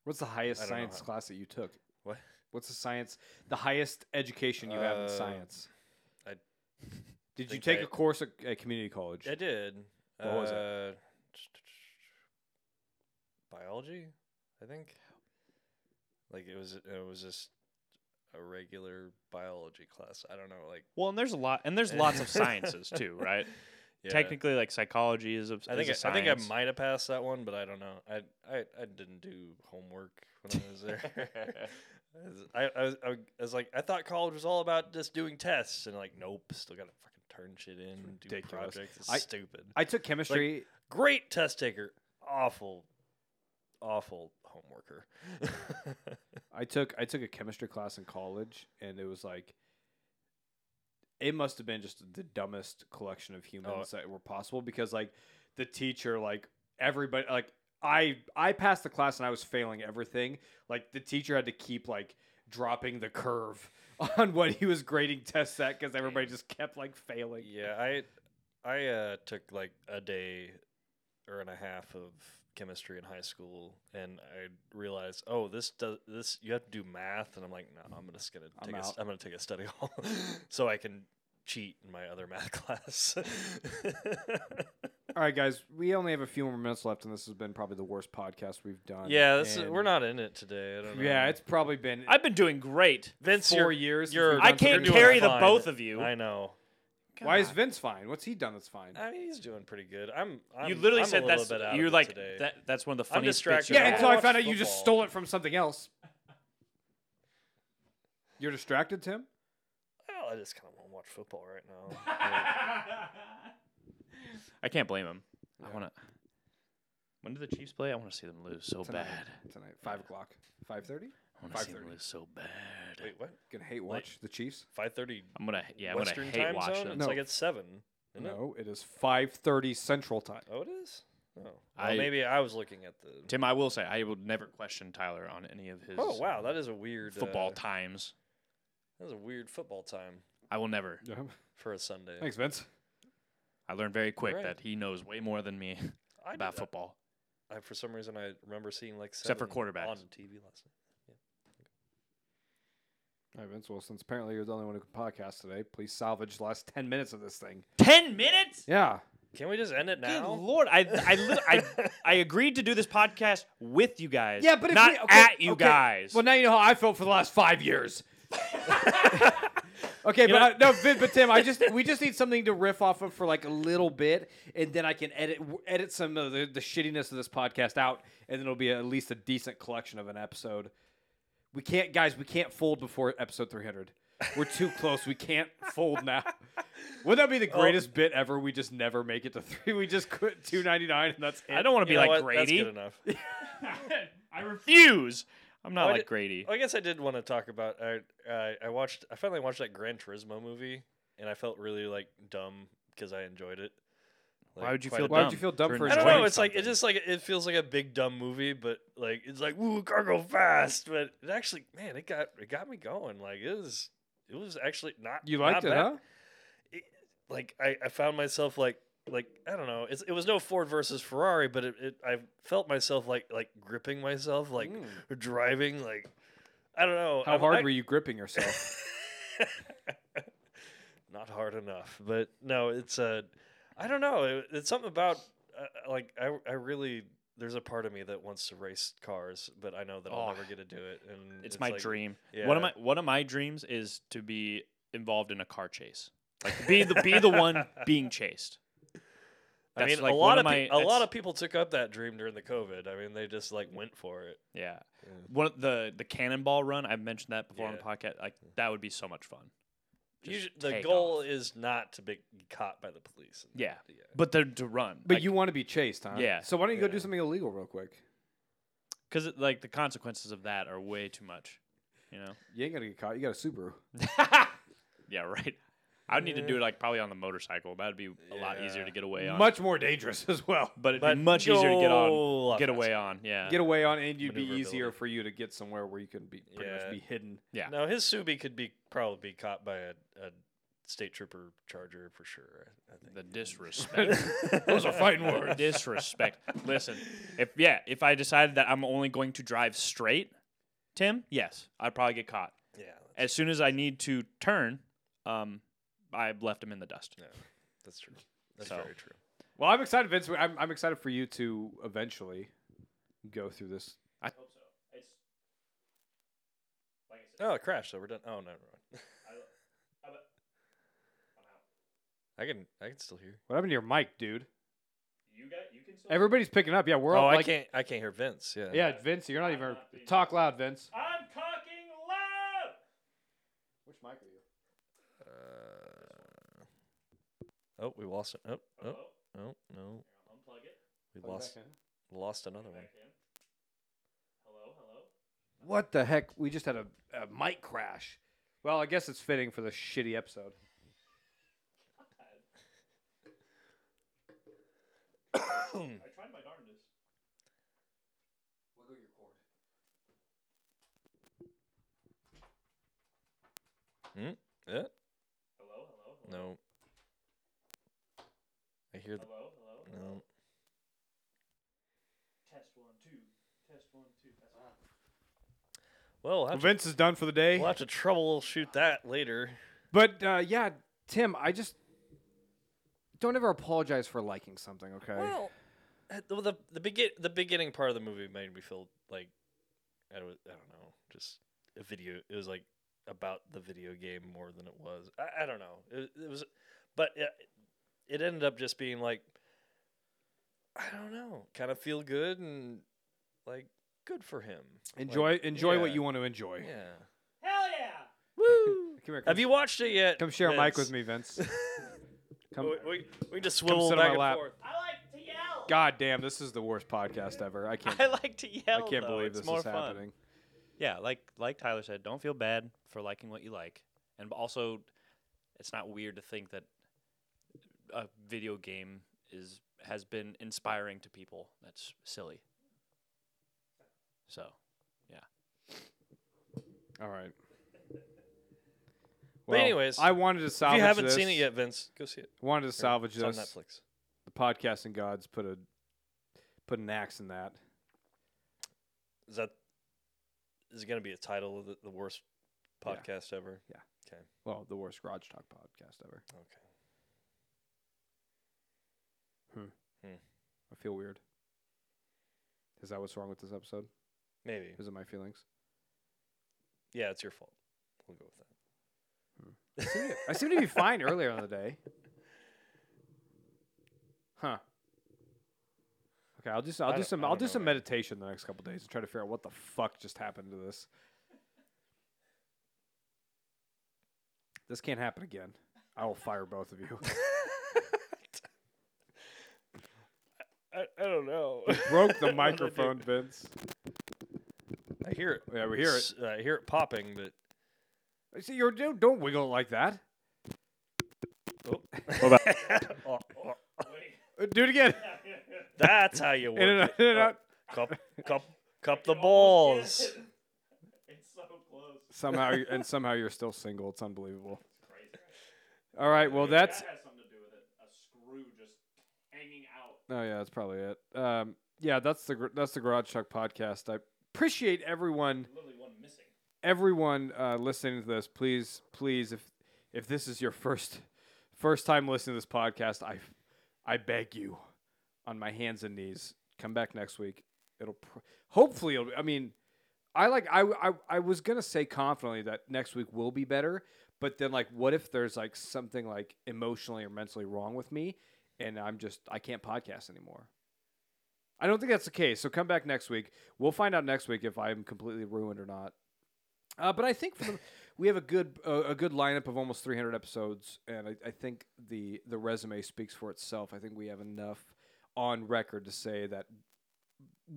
S1: What's the highest
S3: I don't know
S1: science
S3: how-
S1: class that you took?
S3: What?
S1: What's the science? The highest education you have in
S3: Uh,
S1: science?
S3: I
S1: Did you
S3: think
S1: take
S3: I-
S1: a course at, at community college?
S3: I did.
S1: What was it?
S3: uh, Biology, I think. Like it was, it was just a regular biology class. I don't know, like
S2: Well, and there's a lot, and there's lots of sciences too, right?
S3: yeah.
S2: Technically, like psychology is a,
S3: I think
S2: is a
S3: I, I think I
S2: science.
S3: might have passed that one, but I don't know. I I, I didn't do homework when I was there. I, I, was, I was like, I thought college was all about just doing tests, and like, nope, still got to fucking turn shit in, and do
S1: ridiculous.
S3: projects. It's
S1: I-
S3: stupid.
S1: I took chemistry.
S3: Great test taker, awful, awful homeworker.
S1: I took I took a chemistry class in college, and it was like it must have been just the dumbest collection
S3: Oh.
S1: of humans that were possible because like the teacher, like everybody, like I I passed the class and I was failing everything. Like the teacher had to keep like dropping the curve on what he was grading tests at because everybody just kept like failing.
S3: yeah, I I uh, took like a day or and a half of chemistry in high school, and I realized, oh, this does this. You have to do math, and I'm like, no, I'm just gonna
S1: I'm
S3: take a, s-
S1: out.
S3: I'm gonna take a study hall, so I can cheat in my other math class.
S1: All right, guys, we only have a few more minutes left, and this has been probably the worst podcast we've done.
S3: yeah, this,
S1: and-
S3: we're not in it today. I don't know.
S1: Yeah, it's probably been
S2: I've been doing great.
S3: Vince.
S1: 4
S3: You're,
S1: years. since
S3: you're-
S1: we've
S2: I
S1: done
S2: can't
S1: Twitter.
S3: doing
S2: carry the
S3: fine.
S2: both of you.
S3: I know.
S1: Why is
S2: God.
S1: Vince fine? What's he done that's fine?
S3: I mean, he's doing pretty good. I'm. I'm
S2: you literally
S3: I'm a
S2: said
S3: little
S2: that's
S3: bit out
S2: you're
S3: of it
S2: like
S3: today.
S2: that, that's one of the
S3: I'm
S2: funniest
S3: distracted.
S2: bits.
S1: yeah,
S3: I
S1: until I
S3: watch
S1: found out you just
S3: football.
S1: stole it from something else. You're distracted, Tim?
S3: Well, I just kind of want to watch football right now.
S2: I can't blame him. I
S1: Yeah.
S2: want to. When do the Chiefs play? I want to see them lose so
S1: Tonight.
S2: bad.
S1: Tonight, 5 o'clock. 5.30?
S2: I want to see them
S1: 5:30.
S2: lose so bad.
S3: Wait, what?
S1: Gonna hate watch the Chiefs?
S3: Five thirty
S2: I'm gonna yeah, I'm
S3: Western
S2: gonna hate
S3: time
S2: watch
S3: zone.
S2: them.
S3: It's
S1: No.
S3: like it's seven. Isn't It?
S1: No, it is 5.30 Central Time.
S3: Oh, it is. Oh, well,
S2: I-
S3: maybe I was looking at the.
S2: Tim, I will say I will never question Tyler on any of his
S3: oh wow, that is a weird
S2: football
S3: Uh,
S2: times.
S3: that is a weird football time
S2: I will never.
S1: Yeah.
S3: for a Sunday.
S1: Thanks, Vince.
S2: I learned very quick
S3: Right.
S2: that he knows way more than me
S3: I
S2: about
S3: did-
S2: football.
S3: I, for some reason, I remember seeing like
S2: Except for
S3: seven
S2: quarterbacks.
S3: on TV last night.
S1: All right, Vince, well, since apparently you're the only one who can podcast today, please salvage the last 10 minutes of this thing.
S2: Ten minutes?
S1: Yeah.
S3: Can we just end it now?
S2: Good lord! I I, lit- I I agreed to do this podcast with you guys.
S1: Yeah, but if
S2: not
S1: we, okay,
S2: at you
S1: okay.
S2: guys.
S1: Well, now you know how I felt for the last five years. okay, but I, no, Vin, but Tim, I just we just need something to riff off of for like a little bit, and then I can edit edit some of the, the shittiness of this podcast out, and it'll be at least a decent collection of an episode. We can't, guys. We can't fold before episode three hundred. We're too close. We can't fold now. Wouldn't that be the
S2: Oh.
S1: greatest bit ever? We just never make it to three. We just quit two ninety nine, and that's it.
S2: I don't want to
S3: You
S2: be
S3: know
S2: like
S3: what? That's
S2: Grady.
S3: good enough.
S2: I refuse. I'm not
S3: Oh, I
S2: like
S3: did-
S2: Grady.
S3: I guess I did want to talk about. I I I watched. I finally watched that Gran Turismo movie, and I felt really like dumb because I enjoyed it.
S2: Why would you
S3: quite
S2: feel
S3: a bit.
S1: Why would you feel dumb for
S3: I don't
S1: enjoying
S3: know. It's like it just like it feels like a big dumb movie, but like it's like woo, car go fast. But it actually, man, it got it got me going. Like it was, it was actually not.
S1: You
S3: not
S1: liked it,
S3: bad.
S1: huh?
S3: Like I, I found myself like like I don't know. It's, it was no Ford versus Ferrari, but it, it I felt myself like like gripping myself, like driving, like I don't know.
S1: Mm. How hard were you gripping yourself?
S3: not hard enough. But no, it's a, I don't know. It, it's something about uh, like I, I really there's a part of me that wants to race cars, but I know that
S2: Oh,
S3: I'll never get to do it. And
S2: It's, my
S3: like-
S2: dream. One of my
S3: yeah.
S2: one of my dreams is to be involved in a car chase. Like be the be the one being chased.
S3: I
S2: That's
S3: mean,
S2: like
S3: a
S2: one
S3: lot
S2: of
S3: of,
S2: my-
S3: pe- a lot
S2: that's-
S3: of people took up that dream during the COVID. I mean, they just like went for it.
S2: Yeah.
S3: Yeah.
S2: One of the the cannonball run. I've mentioned that before on the
S3: Yeah.
S2: podcast. Like that would be so much fun. Just
S3: Usu the
S2: take
S3: goal
S2: off.
S3: is not to be caught by the police.
S2: Yeah.
S3: yeah.
S2: But to to run.
S1: But you want to be chased, huh?
S2: Yeah.
S1: So why don't you go
S3: Yeah.
S1: do something illegal real quick?
S2: because like the consequences of that are way too much. You know.
S1: You ain't gonna get caught. You got a Subaru.
S2: yeah. Right. I would need to do it like probably on the motorcycle. That'd be a lot easier
S3: Yeah.
S2: to get away on.
S1: Much more dangerous as well.
S2: but it'd
S3: But
S2: be much easier to get on,
S3: go a lot
S2: get away
S3: faster.
S2: on. Yeah.
S1: Get away on, and you'd be
S3: Maneuverability.
S1: easier for you to get somewhere where you can be pretty
S3: Yeah.
S1: much be hidden.
S2: Yeah.
S3: No, his Subi could be probably be caught by a, a state trooper charger for sure. I- I think.
S2: the disrespect.
S1: Those are fighting
S2: Or
S1: words.
S2: disrespect. Listen, if yeah, if I decided that I'm only going to drive straight, Tim, yes, I'd probably get caught.
S3: yeah,
S2: As soon as I need to turn, um, I've left him in the dust.
S3: yeah, that's true. That's
S2: So.
S3: very true.
S1: Well, I'm excited, Vince. I'm, I'm excited for you to eventually go through this.
S2: I hope so. It's like I
S3: Oh, it crashed. So we're done. Oh, never mind.
S2: I- I'm out.
S3: I can I can still hear.
S1: What happened to your mic, dude?
S2: you got you can still
S1: Everybody's picking up. Yeah, we're
S3: oh,
S1: all
S3: I
S1: like,
S3: can't I can't hear Vince. Yeah.
S1: yeah, Vince. You're not even talk loud, Vince.
S2: I'm talking loud.
S1: Which mic are you?
S3: Uh, oh, we lost it. Oh, oh, oh, no,
S2: Unplug it.
S3: we lost lost another one.
S2: in. Hello, hello.
S1: What the heck? We just had a, a mic crash. Well, I guess it's fitting for the shitty episode.
S2: I tried my darndest.
S3: Yeah.
S2: Hello, hello, hello.
S3: No. I hear the
S2: Hello, hello.
S3: no.
S2: Test one, two. Test one, two. That's
S3: Well, we'll have, to,
S1: Vince is done for the day.
S3: we'll have to troubleshoot that later.
S1: But uh, yeah, Tim, I just don't ever apologize for liking something, okay?
S3: Well, uh, the the the, begin, the beginning part of the movie made me feel like I was I don't know, just a video. It was like about the video game more than it was. I, I don't know. It, it was, but it, it ended up just being like I don't know, kind of feel good and like good for him.
S1: enjoy
S3: Like,
S1: enjoy what
S3: yeah,
S1: you want to enjoy.
S3: Yeah.
S2: Hell yeah!
S3: Woo!
S1: Come here. Come,
S3: Have you watched it yet?
S1: come share a mic
S3: Vince?
S1: with me, Vince. Come.
S3: We, we, we just swivel
S1: sit on
S3: back
S1: my
S3: and
S1: lap.
S3: forth.
S2: I like to yell.
S1: God damn, this is the worst podcast ever. I can't.
S2: I like to
S1: I
S2: yell.
S1: can't
S2: though.
S1: believe
S2: it's
S1: this
S2: more
S1: is
S2: fun.
S1: happening.
S2: Yeah, like like Tyler said, don't feel bad for liking what you like, and also, it's not weird to think that a video game is has been inspiring to people. That's silly. So,
S1: All right.
S3: But anyways,
S1: I wanted to
S3: If
S1: salvage.
S3: you haven't
S1: this.
S3: seen it yet, Vince, go see it.
S1: wanted to salvage
S3: It's on
S1: this.
S3: Netflix.
S1: The podcasting gods put a put an axe in that.
S3: Is that is it going to be a title of the, the worst
S1: Yeah.
S3: podcast ever?
S1: Well, the worst garage talk podcast ever.
S3: Okay.
S1: I feel weird. Is that what's wrong with this episode?
S3: Maybe.
S1: Is it my feelings?
S3: Yeah, it's your fault. We'll go with that.
S1: I seem to be fine earlier in the day. Huh. Okay, I'll just
S3: I
S1: I'll do
S3: don't-
S1: some
S3: I
S1: I'll
S3: don't
S1: do
S3: know,
S1: some
S3: man.
S1: meditation the next couple days and try to figure out what the fuck just happened to this. This can't happen again. I will fire both of you.
S3: I, I don't know.
S1: Broke
S3: What did I
S1: the
S3: do?
S1: microphone, Vince.
S3: I hear it.
S1: Yeah, we hear it.
S3: S- I hear it popping, but
S1: See, you're don't, don't wiggle it like that.
S3: Oh, oh,
S1: Uh, Do it again.
S3: that's how you work.
S1: In and out.
S3: it.
S1: In and
S3: Oh,
S1: out.
S3: Cup, cup, cup the balls.
S2: It's so close.
S1: Somehow you- and somehow you're still single. It's unbelievable. All right. Well, that's
S2: has something to do with it. A screw just hanging out.
S1: Oh yeah, that's probably it. Um, yeah, that's the gr- that's the Garage Talk podcast. I appreciate everyone
S2: Literally one missing.
S1: everyone uh, listening to this. Please, please, if if this is your first first time listening to this podcast, I I beg you, on my hands and knees, come back next week. It'll pr- hopefully. It'll, I mean, I like I, I I was gonna say confidently that next week will be better, but then like, what if there's like something like emotionally or mentally wrong with me, and I'm just I can't podcast anymore. I don't think that's the case. So come back next week. We'll find out next week if I'm completely ruined or not. Uh, but I think for the, we have a good uh, a good lineup of almost 300 episodes, and I, I think the the resume speaks for itself. I think we have enough on record to say that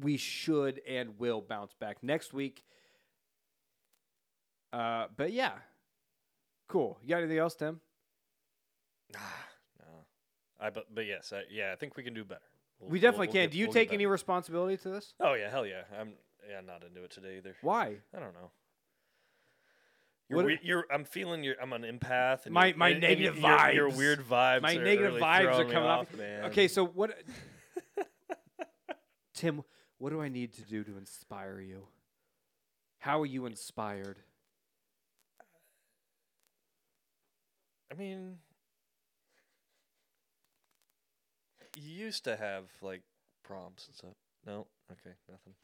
S1: we should and will bounce back next week. Uh, but yeah, cool. You got anything else, Tim?
S3: Ah, no. I but but yes, I, yeah, I think we can do better. We'll-
S1: we
S3: we'll-
S1: definitely
S3: we'll
S1: can.
S3: get-
S1: Do you
S3: we'll get
S1: take
S3: better.
S1: any responsibility to this?
S3: Oh yeah, hell yeah. I'm yeah not into it today either.
S1: Why?
S3: I don't know. You're,
S1: What-
S3: we- you're I'm feeling you're I'm an empath. And
S1: My-
S3: you're-
S1: my
S3: and- and
S1: negative
S3: your- Your,
S1: vibes.
S3: weird vibes.
S1: My
S3: are
S1: negative
S3: really
S1: vibes are
S3: throwing me
S1: coming off.
S3: man.
S1: Okay, so what? Tim, what do I need to do to inspire you? How are you inspired?
S3: I mean, you used to have like prompts and stuff. No, okay, nothing.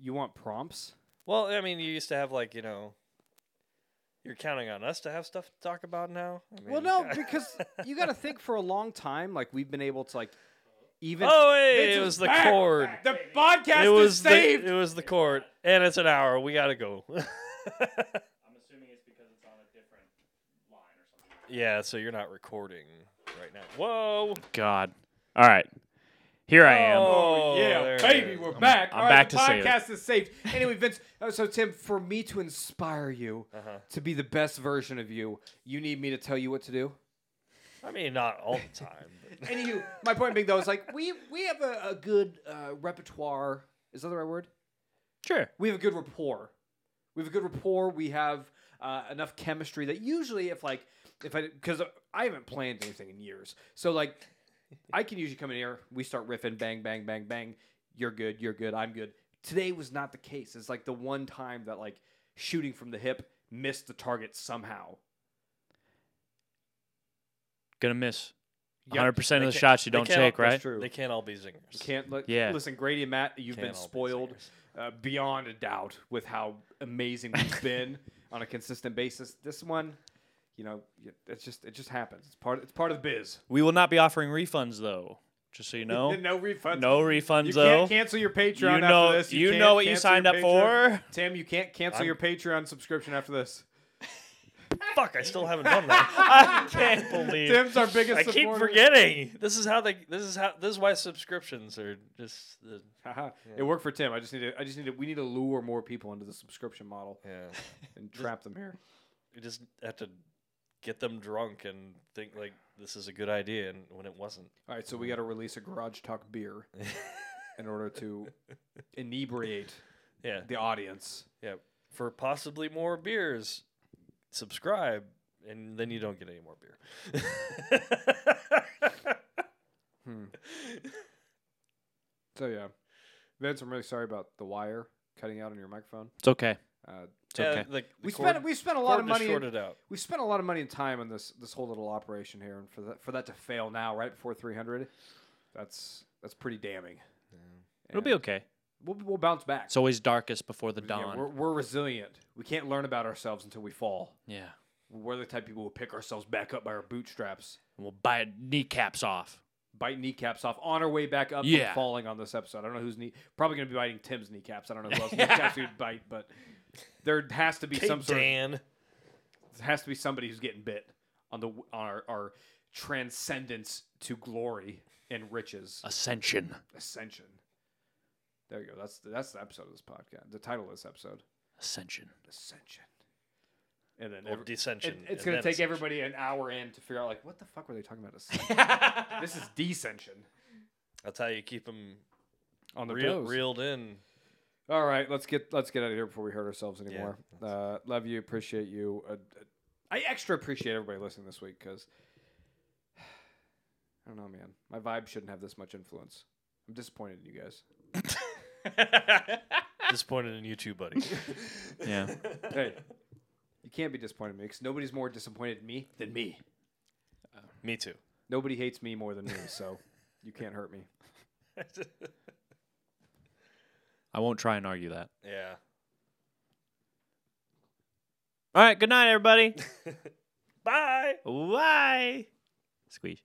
S1: You want prompts?
S3: Well, I mean, you used to have like you know. You're counting on us to have stuff to talk about now. I
S1: Well,
S3: mean,
S1: no, because you got to think for a long time. Like we've been able to like even.
S3: oh, hey,
S1: Vince
S3: it
S1: is
S3: was the
S1: back!
S3: cord.
S1: The podcast
S3: it was
S1: is saved.
S3: The, it was the court, and it's an hour. We gotta go.
S2: I'm assuming it's because it's on a different line or something.
S3: yeah, so you're not recording right now. Whoa!
S2: God. All right. Here I am.
S3: Oh, there it is.
S1: back.
S2: I'm back to save it.
S1: is saved. Anyway, Vince. uh, So Tim, for me to inspire you
S3: Uh-huh.
S1: to be the best version of you, you need me to tell you what to do.
S3: I mean, not all the time. but-
S1: Anywho, my point being though is like we we have a, a good uh, repertoire. Is that the right word?
S2: Sure.
S1: we have a good rapport. We have a good rapport. We have uh, enough chemistry that usually, if like, if I because I haven't planned anything in years, so like, I can usually come in here. We start riffing, bang, bang, bang, bang. You're good. You're good. I'm good. Today was not the case. It's like the one time that like shooting from the hip missed the target somehow.
S2: Gonna miss
S1: Yep.
S2: 100 percent
S3: They
S2: of the
S3: can't-
S2: shots you
S3: they
S2: don't
S3: can't
S2: take,
S3: all- that's
S2: right?
S1: true.
S3: They can't all be zingers.
S1: You can't let
S2: Yeah.
S1: listen, Grady and Matt. You've
S3: Can't
S1: been
S3: all be
S1: spoiled
S3: zingers.
S1: uh, beyond a doubt with how amazing we've been on a consistent basis. This one, you know, y- it's just it just happens. It's part it's part of the biz.
S2: We will not be offering refunds though. Just so you know.
S1: no refunds.
S2: No
S1: you
S2: refunds
S1: can't
S2: though.
S1: cancel your Patreon
S2: You
S1: after
S2: know-
S1: this.
S2: you
S1: can't
S2: know what you
S1: cancel
S2: signed
S1: your
S2: up
S1: Patreon.
S2: for.
S1: Tim. You can't cancel
S3: I'm-
S1: your Patreon subscription after this.
S3: Fuck! I still haven't done that.
S2: I can't believe.
S1: Tim's our biggest.
S3: I keep
S1: supporter.
S3: forgetting. This is how they. This is how. This is why subscriptions are just. The,
S1: Haha. It worked for Tim. I just need to. I just need to. We need to lure more people into the subscription model
S3: yeah.
S1: and trap them here.
S3: You just have to get them drunk and think like this is a good idea, and when it wasn't.
S1: All right, so we got to release a garage talk beer in order to inebriate
S3: Yeah.
S1: the audience.
S3: Yeah. For possibly more beers, subscribe, and then you don't get any more beer.
S1: So yeah, Vince, I'm really sorry about the wire cutting out on your microphone.
S2: It's okay.
S1: Uh,
S2: It's okay.
S3: like,
S1: we spent we spent a lot of money.
S3: Shorted out.
S1: We spent a lot of money and time on this this whole little operation here, and for that for that to fail now, right before 300, that's that's pretty damning.
S2: It'll be
S1: And
S2: okay.
S1: We'll, we'll bounce back.
S2: It's always darkest before the
S1: Yeah, we're,
S2: dawn.
S1: we're resilient. We can't learn about ourselves until we fall.
S2: Yeah.
S1: We're the type of people who pick ourselves back up by our bootstraps.
S2: We'll bite kneecaps off.
S1: bite kneecaps off on our way back up
S2: Yeah.
S1: from falling on this episode. I don't know who's knee probably gonna be biting Tim's kneecaps. I don't know who else kneecaps he'd bite, but there has to be
S3: Hey,
S1: some sort of,
S3: Dan.
S1: there has to be somebody who's getting bit on the on our, our transcendence to glory and riches
S3: Uh.
S2: Ascension.
S1: ascension. There you go. That's the, that's the episode of this podcast. The title of this episode,
S2: Ascension.
S1: ascension. And then
S3: Or
S1: every- it-
S3: descension.
S1: it's
S3: and
S1: gonna
S3: then
S1: take
S3: ascension.
S1: everybody an hour in to figure out like what the fuck were they talking about? Ascension? this is descension
S3: That's how you keep them
S1: on the
S3: reel,
S1: toes.
S3: reeled in.
S1: All right, let's get let's get out of here before we hurt ourselves anymore. Uh, love you, appreciate you. Uh, uh, I extra appreciate everybody listening this week because I don't know, man. My vibe shouldn't have this much influence. I'm disappointed in you guys.
S3: Disappointed in you too, buddy.
S2: Yeah.
S1: Hey, you can't be disappointed in me because nobody's more disappointed in me than me.
S3: Me too.
S1: Nobody hates me more than me, so you can't hurt me.
S2: I won't try and argue that.
S3: yeah.
S2: All right. Good night, everybody.
S3: Bye.
S2: Bye. Squeeze.